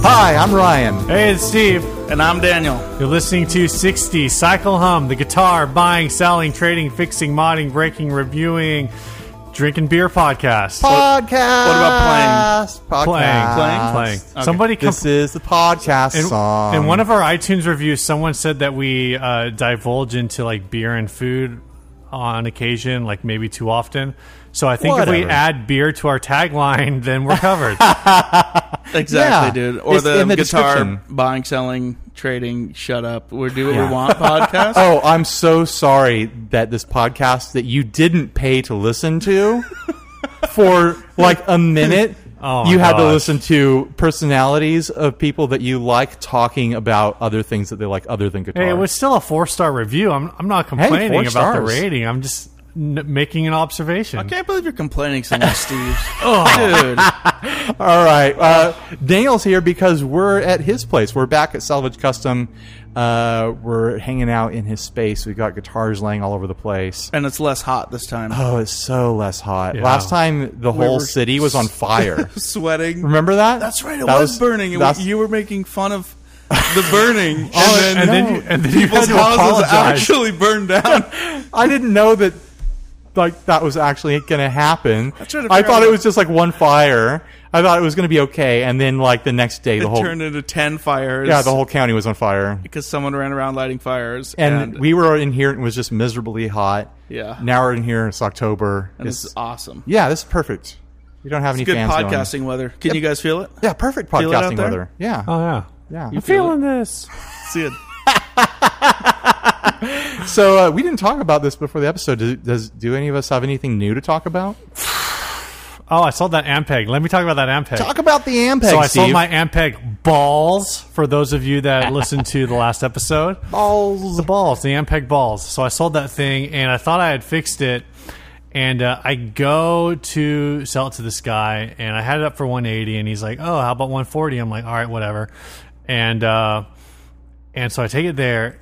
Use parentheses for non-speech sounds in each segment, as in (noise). Hi, I'm Ryan. Hey, it's Steve. And I'm Daniel. You're listening to 60 Cycle Hum, the guitar buying, selling, trading, fixing, modding, breaking, reviewing, drinking beer podcast. Podcast. what about Podcast. playing, Playing? playing. Okay. Somebody come. This is the podcast in, song. in one of our iTunes reviews, someone said that we uh, divulge into like beer and food on occasion, like maybe too often. So I think if Whatever. we add beer to our tagline, then we're covered. Exactly, Yeah. dude. Or It's the, in the guitar description. buying, selling, trading, shut up, we do what Yeah. we want (laughs) podcast. oh, I'm so sorry that this podcast that you didn't pay to listen (laughs) to for like a minute. Oh my you had to gosh. listen to personalities of people that you like talking about other things that they like other than guitar. hey, it was still a four star review. I'm, I'm not complaining four about the stars. rating. I'm just n- making an observation. I can't believe you're complaining so much, (laughs) Steve. oh, dude. All right. Uh, Daniel's here because we're at his place. We're back at Salvage Custom. Uh, we're hanging out in his space. We've got guitars laying all over the place. And it's less hot this time. Oh, it's so less hot. Yeah. Last time, the whole were- city (laughs) was on fire. Sweating. Remember that? That's right. It That was, burning. It was, that's- you were making (laughs) fun of the burning. and Oh, then, and, then, you, and then you had (laughs) people's to houses apologize. actually (laughs) burned down. (gasps) I didn't know that. Like that was actually going to happen. trying to I figure thought out- it was just like one fire. I thought it was going to be okay, and then like the next day, the it whole turned into 10 fires. yeah, the whole county was on fire. Because someone ran around lighting fires. and, we were in here and it was just miserably hot. Yeah. Now we're in here. It's October. and this It's- is awesome. yeah, this is perfect. We don't have any Good fans going. podcasting weather. Can you guys (laughs) feel it? Yeah, perfect Feel it out podcasting there? weather. Yeah. Oh, yeah. yeah. I'm feeling this. See it. So uh, we didn't talk about this before the episode. Does, does do any of us have anything new to talk about? Oh, I sold that Ampeg. Let me talk about that Ampeg. Talk about the Ampeg. so I sold Steve. my Ampeg balls for those of you that listened to the last episode. balls. The balls, the Ampeg balls. So I sold that thing and I thought I had fixed it. And uh, I go to sell it to this guy and I had it up for 180 and he's like, oh, how about 140? I'm like, all right, whatever. And, uh, and so I take it there,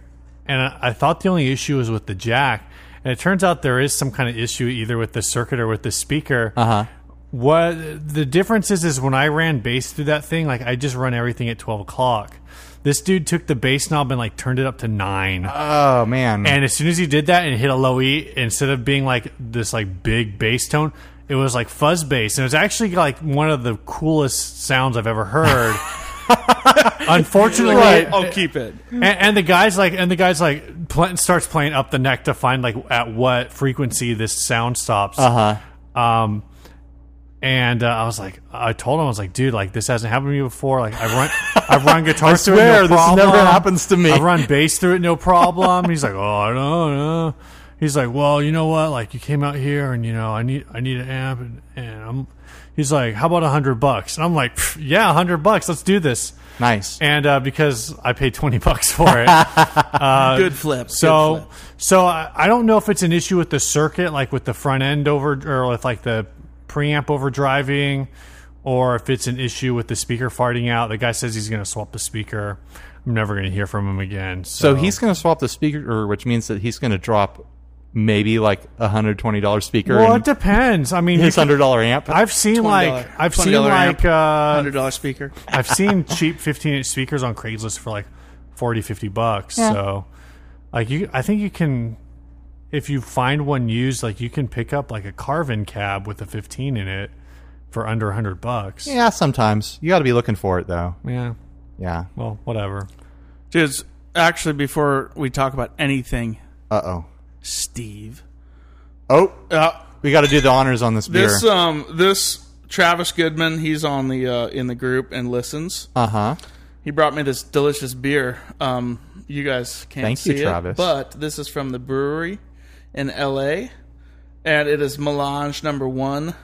and I, I thought the only issue was with the jack, and it turns out there is some kind of issue either with the circuit or with the speaker. Uh huh. What the difference is is when I ran bass through that thing, like I just run everything at twelve o'clock. This dude took the bass knob and like turned it up to nine. Oh man. And as soon as he did that and hit a low E, instead of being like this like big bass tone, it was like fuzz bass, and it was actually like one of the coolest sounds I've (laughs) ever heard. Unfortunately, I'll keep it. and, and the guy's like, and the guy's like, pl- starts playing up the neck to find like at what frequency this sound stops. uh Um, and uh, I was like, I told him, I was like, dude, like this hasn't happened to me before. Like I've run, (laughs) I've run guitar through it, swear, no this problem. never happens to me. I've run bass through it, no problem. He's like, oh, I don't know. He's like, well, you know what? Like you came out here, and you know, I need, I need an amp, and, and I'm. He's like, how about a hundred bucks? And I'm like, "Pff, yeah, a hundred bucks. Let's do this. Nice. And uh, because I paid twenty (laughs) bucks for it. good flip. good So, flip. so I, I don't know if it's an issue with the circuit, like with the front end over, or with like the preamp overdriving, or if it's an issue with the speaker farting out. The guy says he's going to swap the speaker. I'm never going to hear from him again. so So, he's going to swap the speaker, which means that he's going to drop maybe like a hundred twenty dollar speaker well, it and depends. I mean, you his can- hundred dollar amp. I've seen like I've seen $20 like uh, hundred dollar speaker. I've seen cheap 15 inch speakers on Craigslist for like 40, 50 bucks. So, like, you, I think you can, if you find one used, like, you can pick up like a Carvin cab with a 15 in it for under 100 bucks. yeah, sometimes you got to be looking for it though. Yeah. Yeah. Well, whatever. Dudes, actually, before we talk about anything, Uh oh. Steve, Oh, uh, we got to do the honors on this beer. this um, this Travis Goodman, he's on the uh, in the group and listens. Uh huh. He brought me this delicious beer. Um, you guys can't Thank see you, it, Travis. but this is from the brewery in L.A. and it is Melange Number One,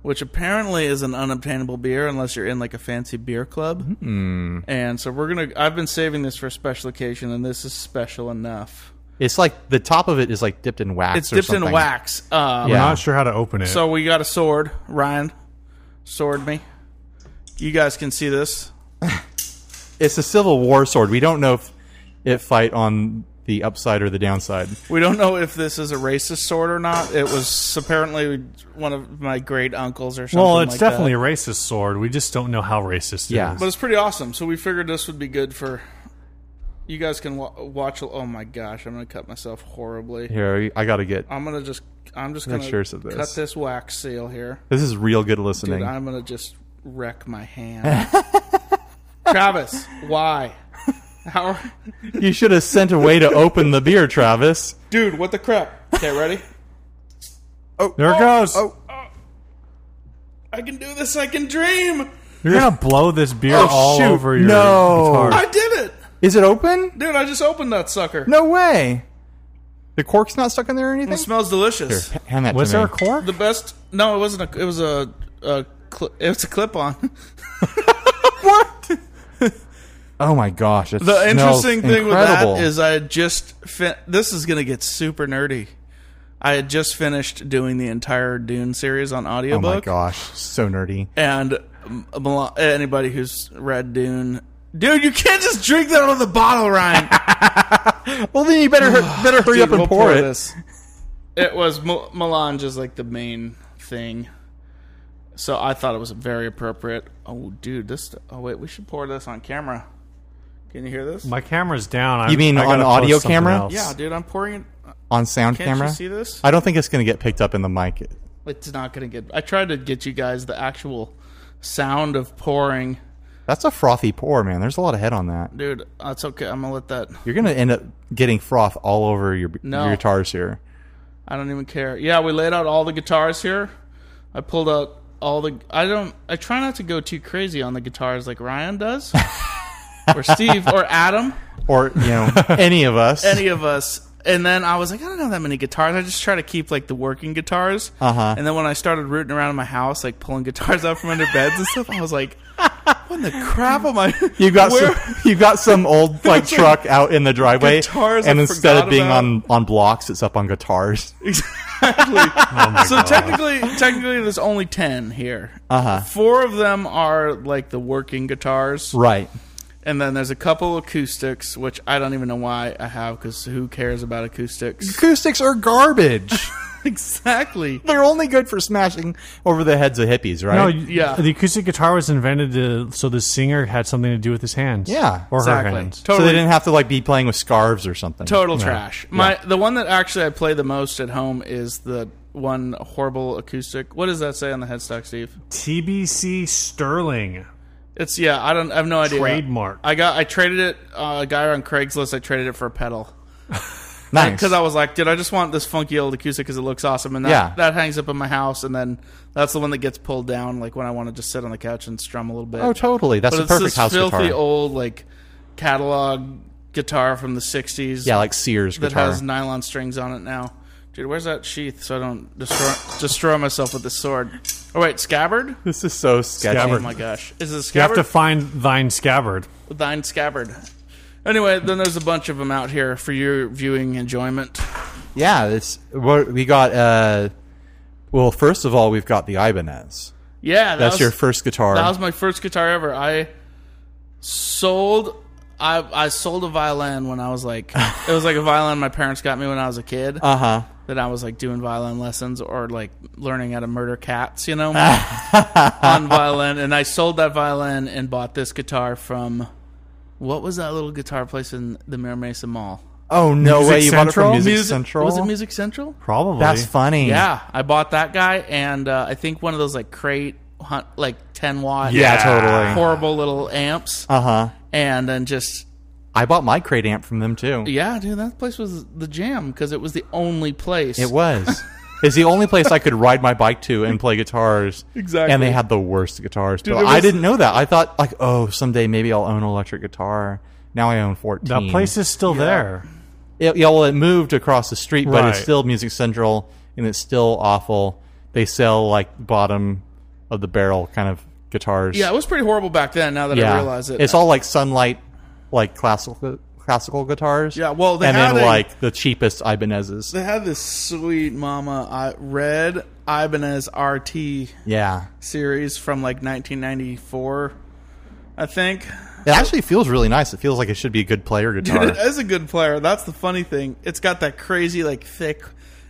which apparently is an unobtainable beer unless you're in like a fancy beer club. Hmm. And so we're gonna. I've been saving this for a special occasion, and this is special enough. It's like the top of it is like dipped in wax. It's or dipped in something. wax. Um, I'm Yeah. not sure how to open it. So we got a sword, Ryan. Sword me. You guys can see this. It's a Civil War sword. We don't know if it fight on the upside or the downside. We don't know if this is a racist sword or not. It was apparently one of my great uncles or something. Well, it's like that. definitely a racist sword. We just don't know how racist Yeah. it but is. it's pretty awesome. So we figured this would be good for you guys can wa- watch. Oh my gosh, I'm gonna cut myself horribly. Here, I got to get. I'm gonna just I'm just gonna Pictures of this. cut this wax seal here. This is real good Dude, listening. I'm gonna just wreck (laughs) my hand. Travis, why? How are- you should have sent a way to open the beer, Travis. dude, what the crap? Okay, ready? Oh, There it goes. I can do this, I can dream! You're gonna blow this beer Oh, all shoot. over your No. guitar. I did it! Is it open? Dude, I just opened that sucker. No way. The cork's not stuck in there or anything. It smells delicious. H- Hand that Was to there me. a cork? The best no, it wasn't a it was a, a cl- it was a (laughs) clip on. Oh my gosh! It The smells interesting thing incredible. with that is I had just fin- this is going to get super nerdy. I had just finished doing the entire Dune series on oh my audiobook, gosh, so nerdy. and um, Mal- anybody who's read Dune, dude, you can't just drink that out of the bottle, Ryan. Well, then you better better hurry Dude, up and we'll pour, it. This. It was Mel- melange is like the main thing, so I thought it was very appropriate. Oh, dude, this. Oh wait, we should pour this on camera. Can you hear this? My camera's down. I, You mean I on gotta audio post something camera? else. yeah, dude, I'm pouring it. Uh, on sound Can't camera. you see this? I don't think it's going to get picked up in the mic. It's not going to get. I tried to get you guys the actual sound of pouring. That's a frothy pour, man. There's a lot of head on that. Dude, that's okay. I'm going to let that. You're going to end up getting froth all over your, No. your guitars here. I don't even care. Yeah, we laid out all the guitars here. I pulled out all the. I don't. I try not to go too crazy on the guitars like (laughs) Ryan does, or Steve, or Adam, Or, you know, (laughs) any of us. any of us. And then I was like, I don't have that many guitars. I just try to keep like the working guitars. Uh-huh. And then when I started rooting around in my house, like pulling guitars out from under beds and stuff, I was like, What in the crap am I? (laughs) you got Where- some, you got some (laughs) old like truck out in the driveway, Guitars I and instead of forgot being about. on on blocks, it's up on (laughs) guitars. so technically, technically, there's only ten here. Uh-huh. Four of them are like the working guitars, Right. and then there's a couple acoustics, which I don't even know why I have because who cares (laughs) about acoustics? Acoustics are garbage. exactly. (laughs) They're only good for smashing over the heads of hippies, right? No, Yeah. yeah. The acoustic guitar was invented to, so the singer had something to do with his hands. Yeah, or her Exactly. hands. Totally, So they didn't have to like be playing with scarves or something. total trash. My the one that actually I play the most at home is the one horrible acoustic. What does that say on the headstock, Steve? TBC Sterling It's yeah. I don't. I have no idea. trademark. I got. I traded it. Uh, a guy on Craigslist. I traded it for a pedal. nice. because I was like, dude, I just want this funky old acoustic because it looks awesome, and that, Yeah. that hangs up in my house, and then that's the one that gets pulled down, like when I want to just sit on the couch and strum a little bit. oh, totally. That's but the it's perfect this house filthy guitar. old like catalog guitar from the '60s, yeah, like Sears that guitar. has nylon strings on it now. Dude, where's that sheath so I don't destroy destroy myself with this sword? Oh wait, scabbard. this is so sketchy. Oh Scabbard. my gosh, is it You have scabbard? to find thine scabbard. Thine scabbard. Anyway, then there's a bunch of them out here for your viewing enjoyment. Yeah, it's what we got. Uh, well, first of all, we've got the Ibanez. Yeah, that That's was- your first guitar. That was my first guitar ever. I sold I I sold a violin when I (laughs) was like it was like a violin my parents got me when I was a kid. uh huh. that I was like doing violin lessons or like learning how to murder (laughs) cats, you know, on violin. And I sold that violin and bought this guitar from what was that little guitar place in the Mira Mesa Mall? Oh no Music way! You bought it Central? from Music, Music- Central. Hmm. Was it Music Central? Probably. That's funny. Yeah, I bought that guy and uh, I think one of those like crate hunt like ten watt Yeah, Yeah. totally. horrible little amps. Uh huh. and then just I bought my crate amp from them too. yeah, dude, that place was the jam because it was the only place. It (laughs) was. it's the only place I could ride my bike to and play guitars. Exactly. And they had the worst guitars. it but I was- didn't know that. I thought like, oh, someday maybe I'll own an electric guitar. Now I own fourteen. That place is still there. It, yeah, well, it moved across the street, but it's Right. still Music Central, and it's still awful. They sell like bottom of the barrel kind of guitars. Yeah, it was pretty horrible back then. Now that I realize it, It's all like sunlight, like classical classical guitars. Yeah, well, they and then had a- like the cheapest Ibanezes. they had this sweet mama I, red Ibanez RT Yeah, series from like 1994, I think. It actually feels really nice. It feels like it should be a good player guitar. (laughs) Dude, it is a good player. That's the funny thing. It's got that crazy, like thick,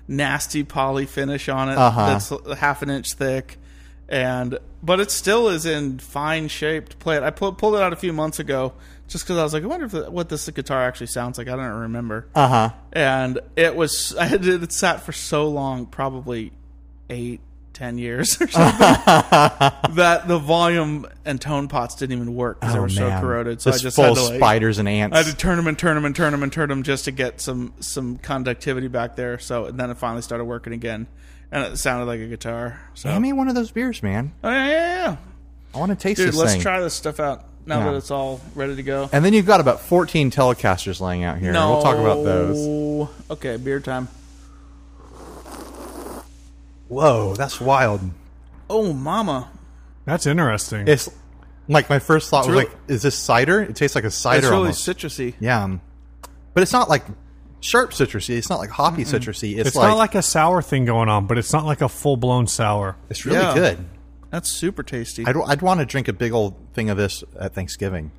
nasty poly finish on it. Uh-huh. That's half an inch thick, and but it still is in fine shape to play it. I pull, pulled it out a few months ago just because I was like, I wonder if what this guitar actually sounds like. I don't remember. Uh huh. and it was (laughs) I had it sat for so long, probably eight, ten years (laughs) (laughs) or something, that the volume and tone pots didn't even work because they were so corroded. So Just I just Oh, full had to like, spiders and ants. I had to turn them and turn them and turn them and turn them just to get some some conductivity back there. So and then it finally started working again, and it sounded like a guitar. So Hand me one of those beers, man. oh, yeah, yeah, yeah, I want to taste dude, this let's thing. try this stuff out now Yeah. that it's all ready to go. and then you've got about 14 Telecasters laying out here. We'll talk about those. No. Okay, beer time. Whoa, that's wild. Oh, mama. That's interesting. It's like my first thought was really- like, is this cider? It tastes like a cider It's really almost. citrusy. yeah. um, But it's not like sharp citrusy. It's not like hoppy citrusy. It's, it's not like a sour thing going on, but it's not like a full blown sour. it's really Yeah. good. That's super tasty. I'd, I'd want to drink a big old thing of this at Thanksgiving.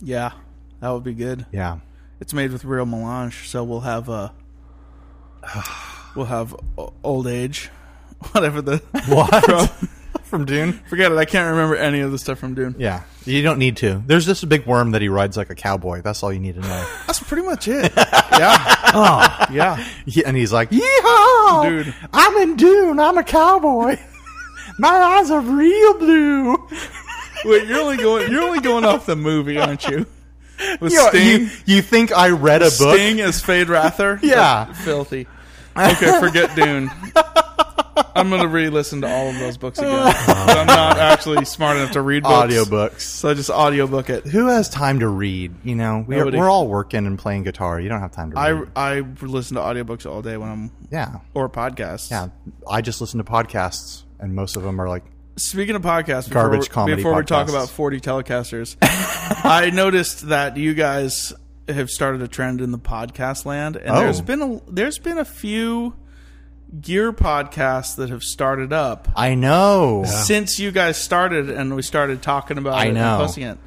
yeah, that would be good. Yeah. It's made with real melange, so we'll have uh, (sighs) we'll have o- old age, (laughs) whatever the (laughs) What? (laughs) From Dune? forget it. I can't remember any of the stuff from Dune. Yeah. You don't need to. There's just a big worm that he rides like a cowboy. That's all you need to know. That's pretty much (laughs) it. yeah, Oh, yeah. (laughs) Yeah, and he's like, "Yeehaw, Dude. I'm in Dune. I'm a cowboy. (laughs) My eyes are real blue." Wait, you're only going you're only going off the movie, aren't you? With You, know, Sting, you, you think I read a book? Sting as Fade Rather. (laughs) Yeah. That's filthy. Okay, forget Dune. I'm gonna re-listen to all of those books again. I'm not actually smart enough to read books. Audiobooks. So I just audiobook it. Who has time to read? You know, we're, Nobody. we're all working and playing guitar. You don't have time to read. I, I listen to audiobooks all day when I'm yeah, or podcasts. yeah. I just listen to podcasts, and most of them are like, Speaking of podcasts, before, Garbage comedy before we talk podcasts. about 40 telecasters, (laughs) I noticed that you guys have started a trend in the podcast land and Oh. there's been a there's been a few gear podcasts that have started up "I know." since you guys started and we started talking about I it know. and posting it.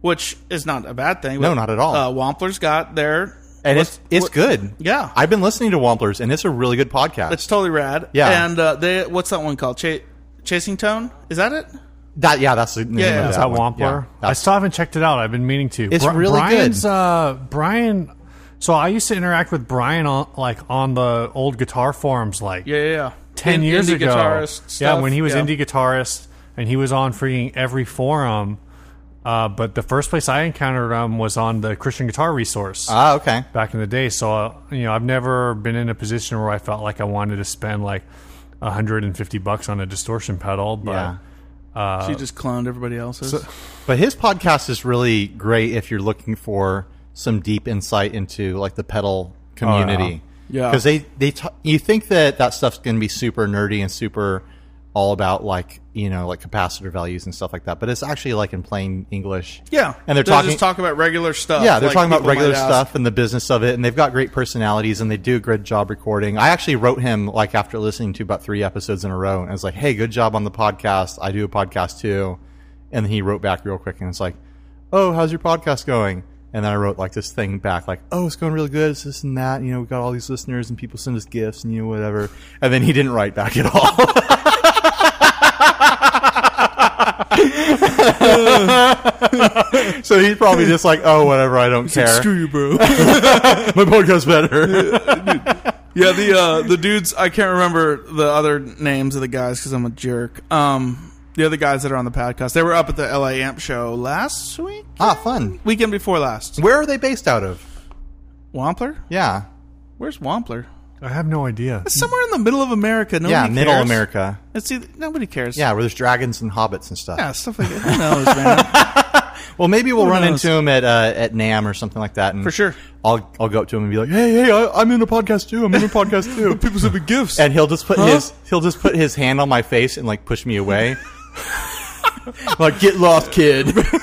Which is not a bad thing. No, but, not at all. Uh, Wampler's got their and what's- it's it's what- good. Yeah. I've been listening to Wamplers, and it's a really good podcast. It's totally rad. Yeah. And uh, they what's that one called? Cha- Chasing Tone? Is that it? that yeah, that's the name Yeah, of is is that, that one. Wampler? Yeah, I that's- still haven't checked it out. I've been meaning to. It's really good. Brian's, Uh, Brian. So I used to interact with Brian on like on the old guitar forums, like Yeah, yeah, yeah. ten In- years indie ago. guitarist yeah, stuff, when he was yeah. indie guitarist, and he was on freaking every forum. Uh, but the first place I encountered him was on the Christian Guitar Resource ah okay. back in the day. So uh, you know, I've never been in a position where I felt like I wanted to spend like 150 bucks on a distortion pedal. But Yeah. Uh, She just cloned everybody else's. But his podcast is really great if you're looking for some deep insight into like the pedal community. Oh, Yeah. because they they t- you think that that stuff's going to be super nerdy and super all about like you know like capacitor values and stuff like that, but it's actually like in plain English. yeah, and they're They'll talking. just talk about regular stuff. yeah, they're like talking about people might regular ask. stuff and the business of it, and they've got great personalities and they do a good job recording. I actually wrote him like after listening to about three episodes in a row, and I was like, "Hey, good job on the podcast. I do a podcast too," and he wrote back real quick and it's like, "Oh, how's your podcast going?" And then I wrote like this thing back, like, "Oh, it's going really good. It's this and that. You know, we got all these listeners and people send us gifts and you know whatever." And then he didn't write back at all. (laughs) so he's probably just like, "Oh, whatever. I don't care. Screw (laughs) you, bro. (laughs) My podcast's better." yeah, the uh, the dudes. I can't remember the other names of the guys because I'm a jerk. Um, the other guys that are on the podcast, they were up at the LA Amp show last week, ah, fun. weekend before last. Where are they based out of? Wampler, Yeah. where's Wampler? I have no idea. Somewhere in the middle of America. Nobody Hmm. yeah, middle cares. America. It's either, nobody cares. Yeah, where there's dragons and hobbits and stuff. yeah, stuff like that. Who knows, (laughs) man? Well, maybe we'll Who run knows? into him at uh, at Nam or something like that. And For sure. I'll I'll go up to him and be like, "Hey, hey, I, I'm in a podcast too. I'm in a podcast (laughs) too." People send me gifts. And he'll just put his he'll just put his hand on my face and like push me away. (laughs) like, get lost, kid. (laughs)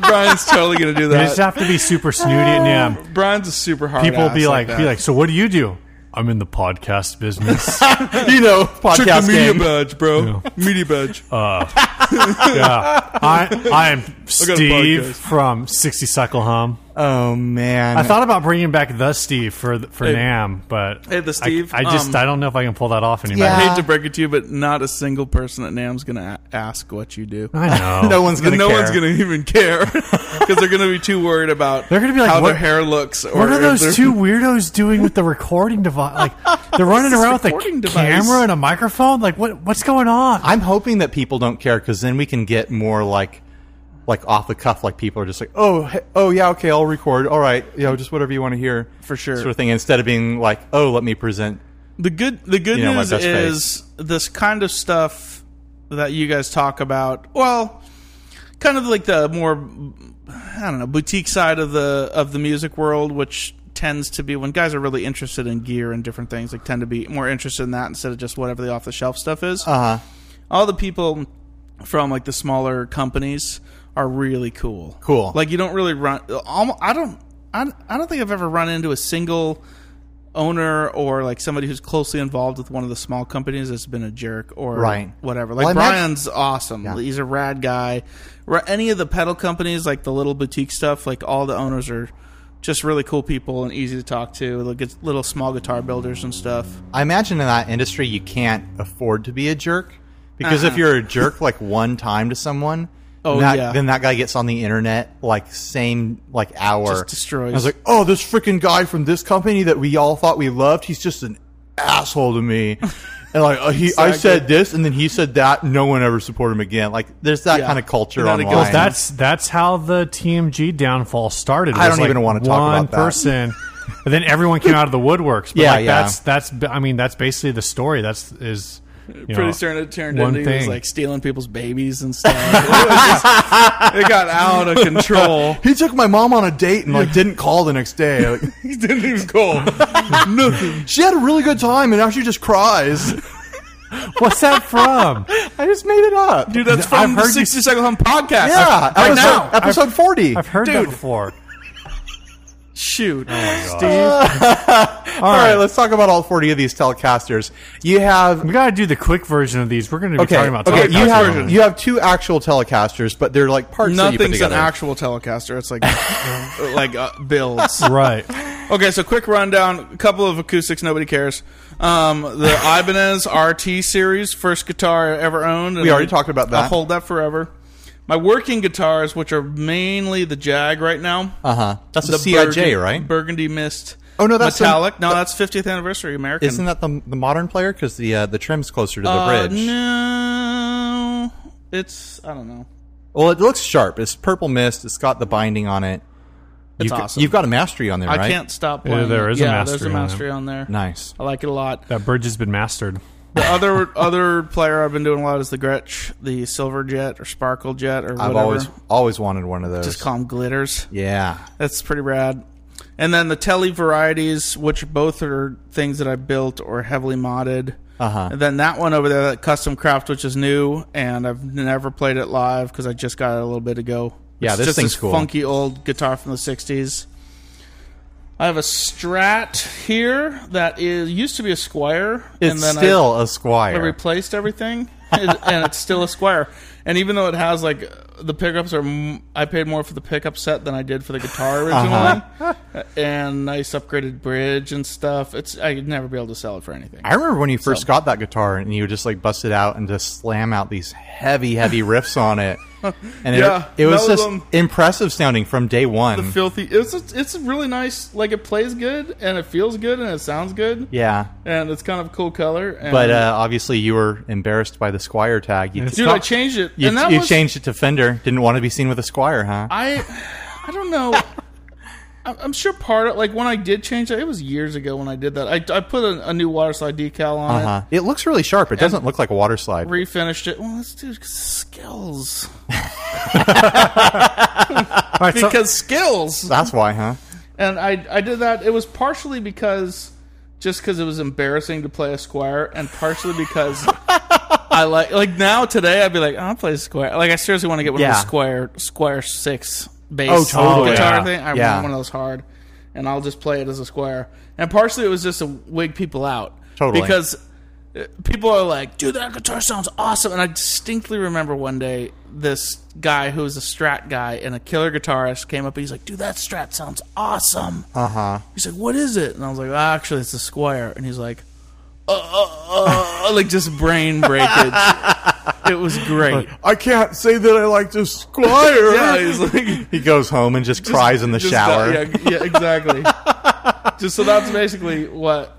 Brian's totally gonna do You just that. (laughs) have to be super snooty at NAM. Brian's a super hard. People ass be like, that. be like, so what do you do? I'm in the podcast (laughs) business. you know, podcast game. badge, bro. (laughs) Media badge. Uh, yeah. I, I am a Steve podcast. from 60 Cycle Hum. Oh man, I thought about bringing back the Steve for for Nam, but Hey, the I- Steve, I, just um, I don't know if I can pull that off anymore. Yeah. I hate to break it to you, but not a single person at NAM's gonna a- ask what you do. I know. no one's gonna. no care. one's gonna (laughs) even care because they're gonna be too worried about They're gonna be like, how "What- their hair looks. Or What are if they're- those two weirdos doing with the recording device? Like they're running this around with a recording c- device? camera and a microphone. Like what what's going on? I'm hoping that people don't care because then we can get more like, like off the cuff. Like people are just like, oh, he- oh yeah, okay, I'll record. All right, you know, just whatever you want to hear (laughs) For sure. sort of thing. Instead of being like, oh, let me present. The good the good You know, my news best is this kind of stuff that you guys talk about. Well, kind of like the more I don't know boutique side of the of the music world, which tends to be when guys are really interested in gear and different things, like tend to be more interested in that instead of just whatever the off the shelf stuff is. Uh, All the people from like the smaller companies are really cool. Cool. Like you don't really run. almo- I don't. I don't- I don't think I've ever run into a single owner or like somebody who's closely involved with one of the small companies that's been a jerk or Right. whatever. Like Well, I imagine- Brian's awesome. He's a rad guy. Ra- Any of the pedal companies, like the little boutique stuff, like all the owners are just really cool people and easy to talk to. Like it's little small guitar builders and stuff. I imagine in that industry you can't afford to be a jerk because if you're a jerk like one time to someone. Uh-huh. (laughs) Oh, that- yeah. Then that guy gets on the internet like same like hour. Just destroys. I was like, oh, this freaking guy from this company that we all thought we loved, he's just an asshole to (laughs) me. And like uh, he, I Exactly. said this, and then he said that. No one ever supported him again. Like there's that Yeah. kind of culture Now they online. go- Well, that's that's how the TMG downfall started. I was, don't like, even wanna talk one about that. person, and then everyone came out of the woodworks. But Yeah, like, yeah. That's that's b- I mean that's basically the story. That's is you know, Pretty soon it turned one into he was thing. like stealing people's babies and stuff. (laughs) it, (laughs) was just- it got out of control. (laughs) he took my mom on a date and like didn't call the next day. Like, (laughs) (laughs) he didn't even call. Nothing. she had a really good time, and now she just (laughs) cries. What's that from? I just made it up. Dude, that's I've from the heard you- 60 Second Home podcast. yeah, episode, now. episode 40 I've heard that Dude. before. Shoot. (laughs) all right, let's talk about all forty of these telecasters. You have We got to do the quick version of these. We're going to be talking about okay, you Telecasters have only. you have two actual telecasters, but they're like parts that you put Nothing's an together. actual Telecaster. (laughs) It's like like uh, builds. (laughs) right. (laughs) Okay, so quick rundown. A couple of acoustics. Nobody cares. (laughs) Um, the Ibanez RT series, first guitar I ever owned. and We already I- talked about I'll that. hold that forever. My working guitars, which are mainly the Jag right now. Uh Uh-huh. huh. That's a the CIJ, Burgundy- right? Burgundy Mist. Oh, no, that's the- metallic. no, that's 50th anniversary American. Isn't that the the modern player? Because the uh, the trim's closer to the Uh, bridge. No, it's I don't know. Well, it looks sharp. It's purple mist. It's got the binding on it. It's you've, awesome. You've got a mastery on there, right? I can't stop Yeah, playing. there it. is a yeah, mastery there's a on it. mastery on there. Nice. I like it a lot. That bridge has been mastered. The other other player I've been doing a lot is the Gretsch, the Silver Jet or Sparkle Jet or whatever. I've always always wanted one of those. just call them glitters. yeah. That's pretty rad. And then the Tele varieties, which both are things that I built or heavily modded. Uh huh. And then that one over there, that custom craft, which is new, and I've never played it live because I just got it a little bit ago. Yeah, It's this just thing's this cool. Funky old guitar from the '60s. I have a Strat here that is used to be a Squire, It's and then I- still a I, squire. replaced everything, (laughs) and and it's still a Squire. And even though it has like the pickups are, m- I paid more for the pickup set than I did for the guitar Uh-huh. originally, (laughs) and nice upgraded bridge and stuff. It's I'd never be able to sell it for anything. I remember when you first got that guitar and you would just like bust it out and just slam out these heavy, heavy riffs on it. And it, Yeah, it was that was, just um, impressive sounding from day one. filthy. It's a, it's a really nice. Like it plays good and it feels good and it sounds good yeah. and it's kind of a cool color. And But uh, obviously, you were embarrassed by the Squire tag. You, dude, I changed it. you, and that you was, changed it to Fender. Didn't want to be seen with a Squire, huh? I I (laughs) don't know. I- I'm sure part of like when I did change that, it was years ago when I did that. I, I put a, a new water slide decal on Uh-huh. It looks really sharp. It doesn't look like a water slide. it, refinished it. Well, that's dude, 'cause skills All right, so- because skills. That's why, huh? and I I did that. It was partially because just because it was embarrassing to play a square, and (laughs) partially because I like like now today I'd be like I'll play a square. Like I seriously want to get one Yeah. of the square square six bass Oh, totally. guitar Yeah. thing. I Yeah. want one of those hard. and I'll just play it as a square. And partially it was just to wig people out. Totally. Because uh, people are like, dude, that guitar sounds awesome. And I distinctly remember one day this guy who was a strat guy and a killer guitarist came up and he's like, dude, that strat sounds awesome. Uh huh. He's like, "What is it?" And I was like, "Ah, "Actually, it's a square." And he's like, "Uh, uh, (laughs) uh," like just brain breakage. it was great. I can't say that I like to (laughs) squire. Yeah, he's like he goes home and just, cries in the just shower. got- yeah, yeah, exactly. (laughs) just so that's basically what.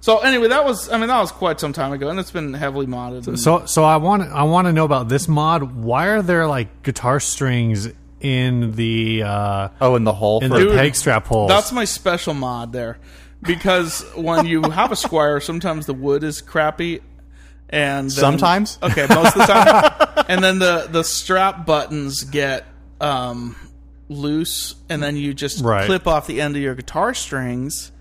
So anyway, that was I mean that was quite some time ago, and it's been heavily modded. and- So so I want I want to know about this mod. Why are there like guitar strings in the uh Oh, in the hole. in for- the Dude, peg strap holes? That's my special mod there. Because when you have a squire, sometimes the wood is crappy. And then- Sometimes? Okay, most of the time. and then the, the strap buttons get um, loose, and then you just Right. clip off the end of your guitar strings.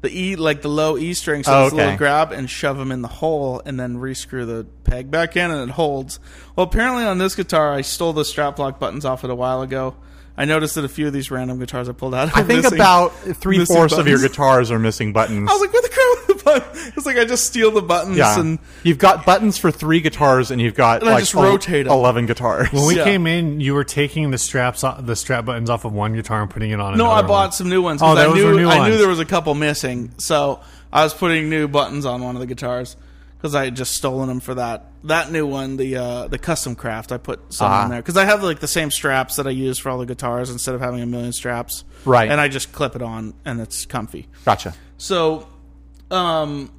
The E, like the low E string, so Oh, it's a little okay. grab and shove them in the hole, and then rescrew the peg back in, and it holds. Well, apparently on this guitar, I stole the strap lock buttons off it a while ago. I noticed that a few of these random guitars I pulled out. I think about three fourths of your buttons. guitars are missing buttons. I was like, what the crap? With the buttons? (laughs) It's like I just steal the buttons yeah. and you've got buttons for three guitars, and you've got And I like just rotate 'em. eleven guitars. when we yeah. came in, you were taking the straps off, the strap buttons off of one guitar and putting it on. another no, I one. bought some new ones. Oh, because I those knew were new I knew ones. there was a couple missing, so I was putting new buttons on one of the guitars because I had just stolen them for that that new one, the uh, the custom craft. I put some Ah. on there because I have like the same straps that I use for all the guitars instead of having a million straps. Right. and I just clip it on and it's comfy. (laughs) gotcha. So, um,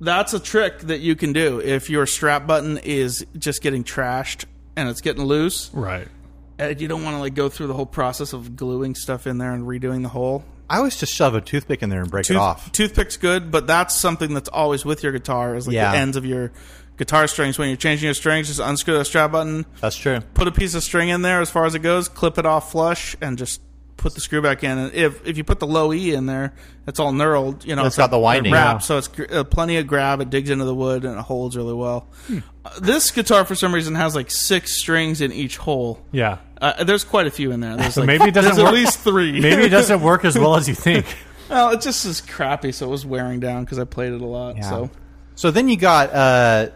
that's a trick that you can do if your strap button is just getting trashed and it's getting loose. right. And you don't want to like go through the whole process of gluing stuff in there and redoing the hole. I always just shove a toothpick in there and break it Tooth- off. Toothpick's good, but that's something that's always with your guitar is like Yeah. the ends of your guitar strings. When you're changing your strings, just unscrew the strap button, That's true. put a piece of string in there as far as it goes, clip it off flush, and just put the screw back in. And if if you put the low E in there, it's all knurled. You know, It's got the winding. wrap, Yeah. so it's gr- uh, plenty of grab. It digs into the wood and it holds really well. Hmm. Uh, This guitar, for some reason, has like six strings in each hole. Yeah. Uh, there's quite a few in there. (laughs) There's like, maybe it doesn't there's at work. least three. Maybe (laughs) it doesn't work as well as you think. well, it just is crappy, so it was wearing down because I played it a lot. Yeah. So So then you got. Uh,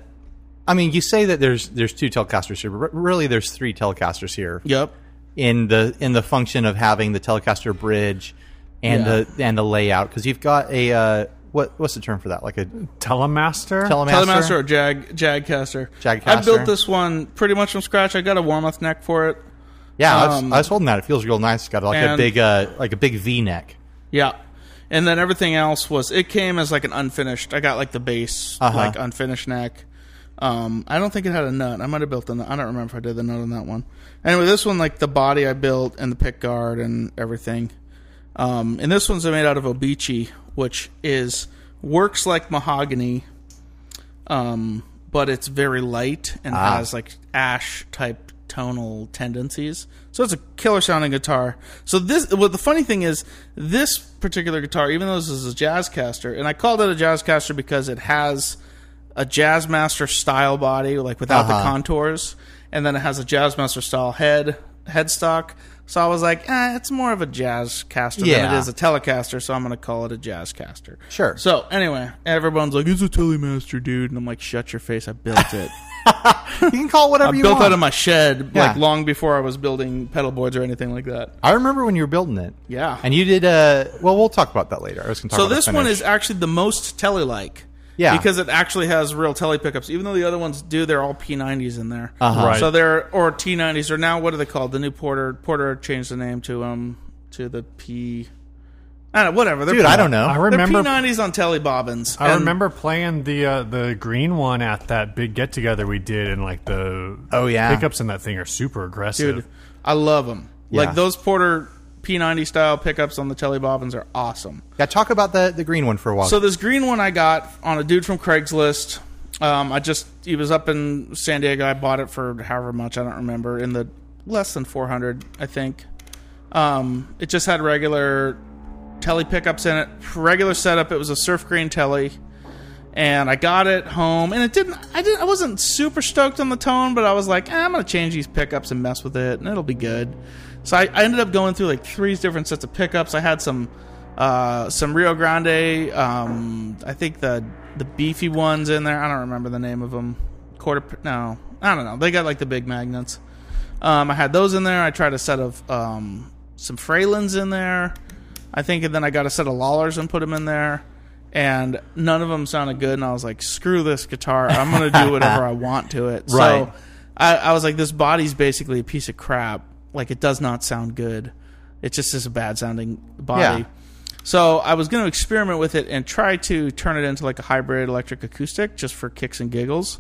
I mean, you say that there's there's two Telecasters here, but re- really there's three Telecasters here yep, in the in the function of having the Telecaster bridge and Yeah. the and the layout because you've got a uh, what what's the term for that like a Telemaster. telemaster, Telemaster or Jag Jagcaster. Jagcaster. I built this one pretty much from scratch. I got a Warmoth neck for it. yeah I, was, um, I was holding that it feels real nice it's got like a and- big uh, like a big V neck Yeah. And then everything else was it came as like an unfinished. I got like the base Uh-huh. like unfinished neck. Um, I don't think it had a nut. I might have built the nut. I don't remember if I did the nut on that one. Anyway, this one like the body I built and the pick guard and everything. Um, and this one's made out of obici, which is works like mahogany, um, but it's very light and Ah. has like ash type tonal tendencies. So it's a killer sounding guitar. So this, well, the funny thing is, this particular guitar, even though this is a Jazzcaster, and I called it a Jazzcaster because it has a Jazzmaster style body, like without the Uh-huh. contours, and then it has a Jazzmaster style head headstock. So I was like, eh, it's more of a Jazzcaster than it Yeah. is a Telecaster, so I'm going to call it a Jazzcaster. Sure. So anyway, everyone's like, "It's a Telemaster, dude," and I'm like, "Shut your face! I built it. (laughs) you can call it whatever (laughs) I you built want that in my shed, Yeah. like long before I was building pedal boards or anything like that." I remember when you were building it Yeah. and you did uh well we'll talk about that later I was gonna talk so about the this one finish. is actually the most Tele like. Yeah. Because it actually has real Tele pickups, even though the other ones do. They're all P90s in there. Uh-huh. Right. So they're or T90s or now what are they called? The new Porter Porter changed the name to um to the P. I don't know, whatever. They're dude I P- don't know I They're remember. P90s on Tele bobbins. I and- remember playing the uh, the green one at that big get together we did, and like the Oh, yeah. pickups in that thing are super aggressive. dude. I love them. Yeah. Like those Porter P90 style pickups on the Telly Bobbins are awesome. yeah talk about the the green one for a while So this green one I got on a dude from Craigslist. Um, I just he was up in San Diego. I bought it for however much I don't remember in the less than 400, I think. Um, it just had regular telly pickups in it, regular setup. It was a surf green telly, and I got it home, and it didn't. I didn't. I wasn't super stoked on the tone, but I was like, eh, I'm gonna change these pickups and mess with it, and it'll be good. So I, I ended up going through like three different sets of pickups. I had some Uh, some Rio Grande. Um, I think the the beefy ones in there. I don't remember the name of them. Quarter. p- No, I don't know. They got like the big magnets. Um, I had those in there. I tried a set of um, some Fralins in there. I think, and then I got a set of Lollers and put them in there. And none of them sounded good, and I was like, "Screw this guitar! I'm gonna do whatever I want (laughs) to it." Right. So I, I was like, "This body's basically a piece of crap. Like, it does not sound good. It just is a bad sounding body." Yeah. So I was going to experiment with it and try to turn it into like a hybrid electric acoustic, just for kicks and giggles.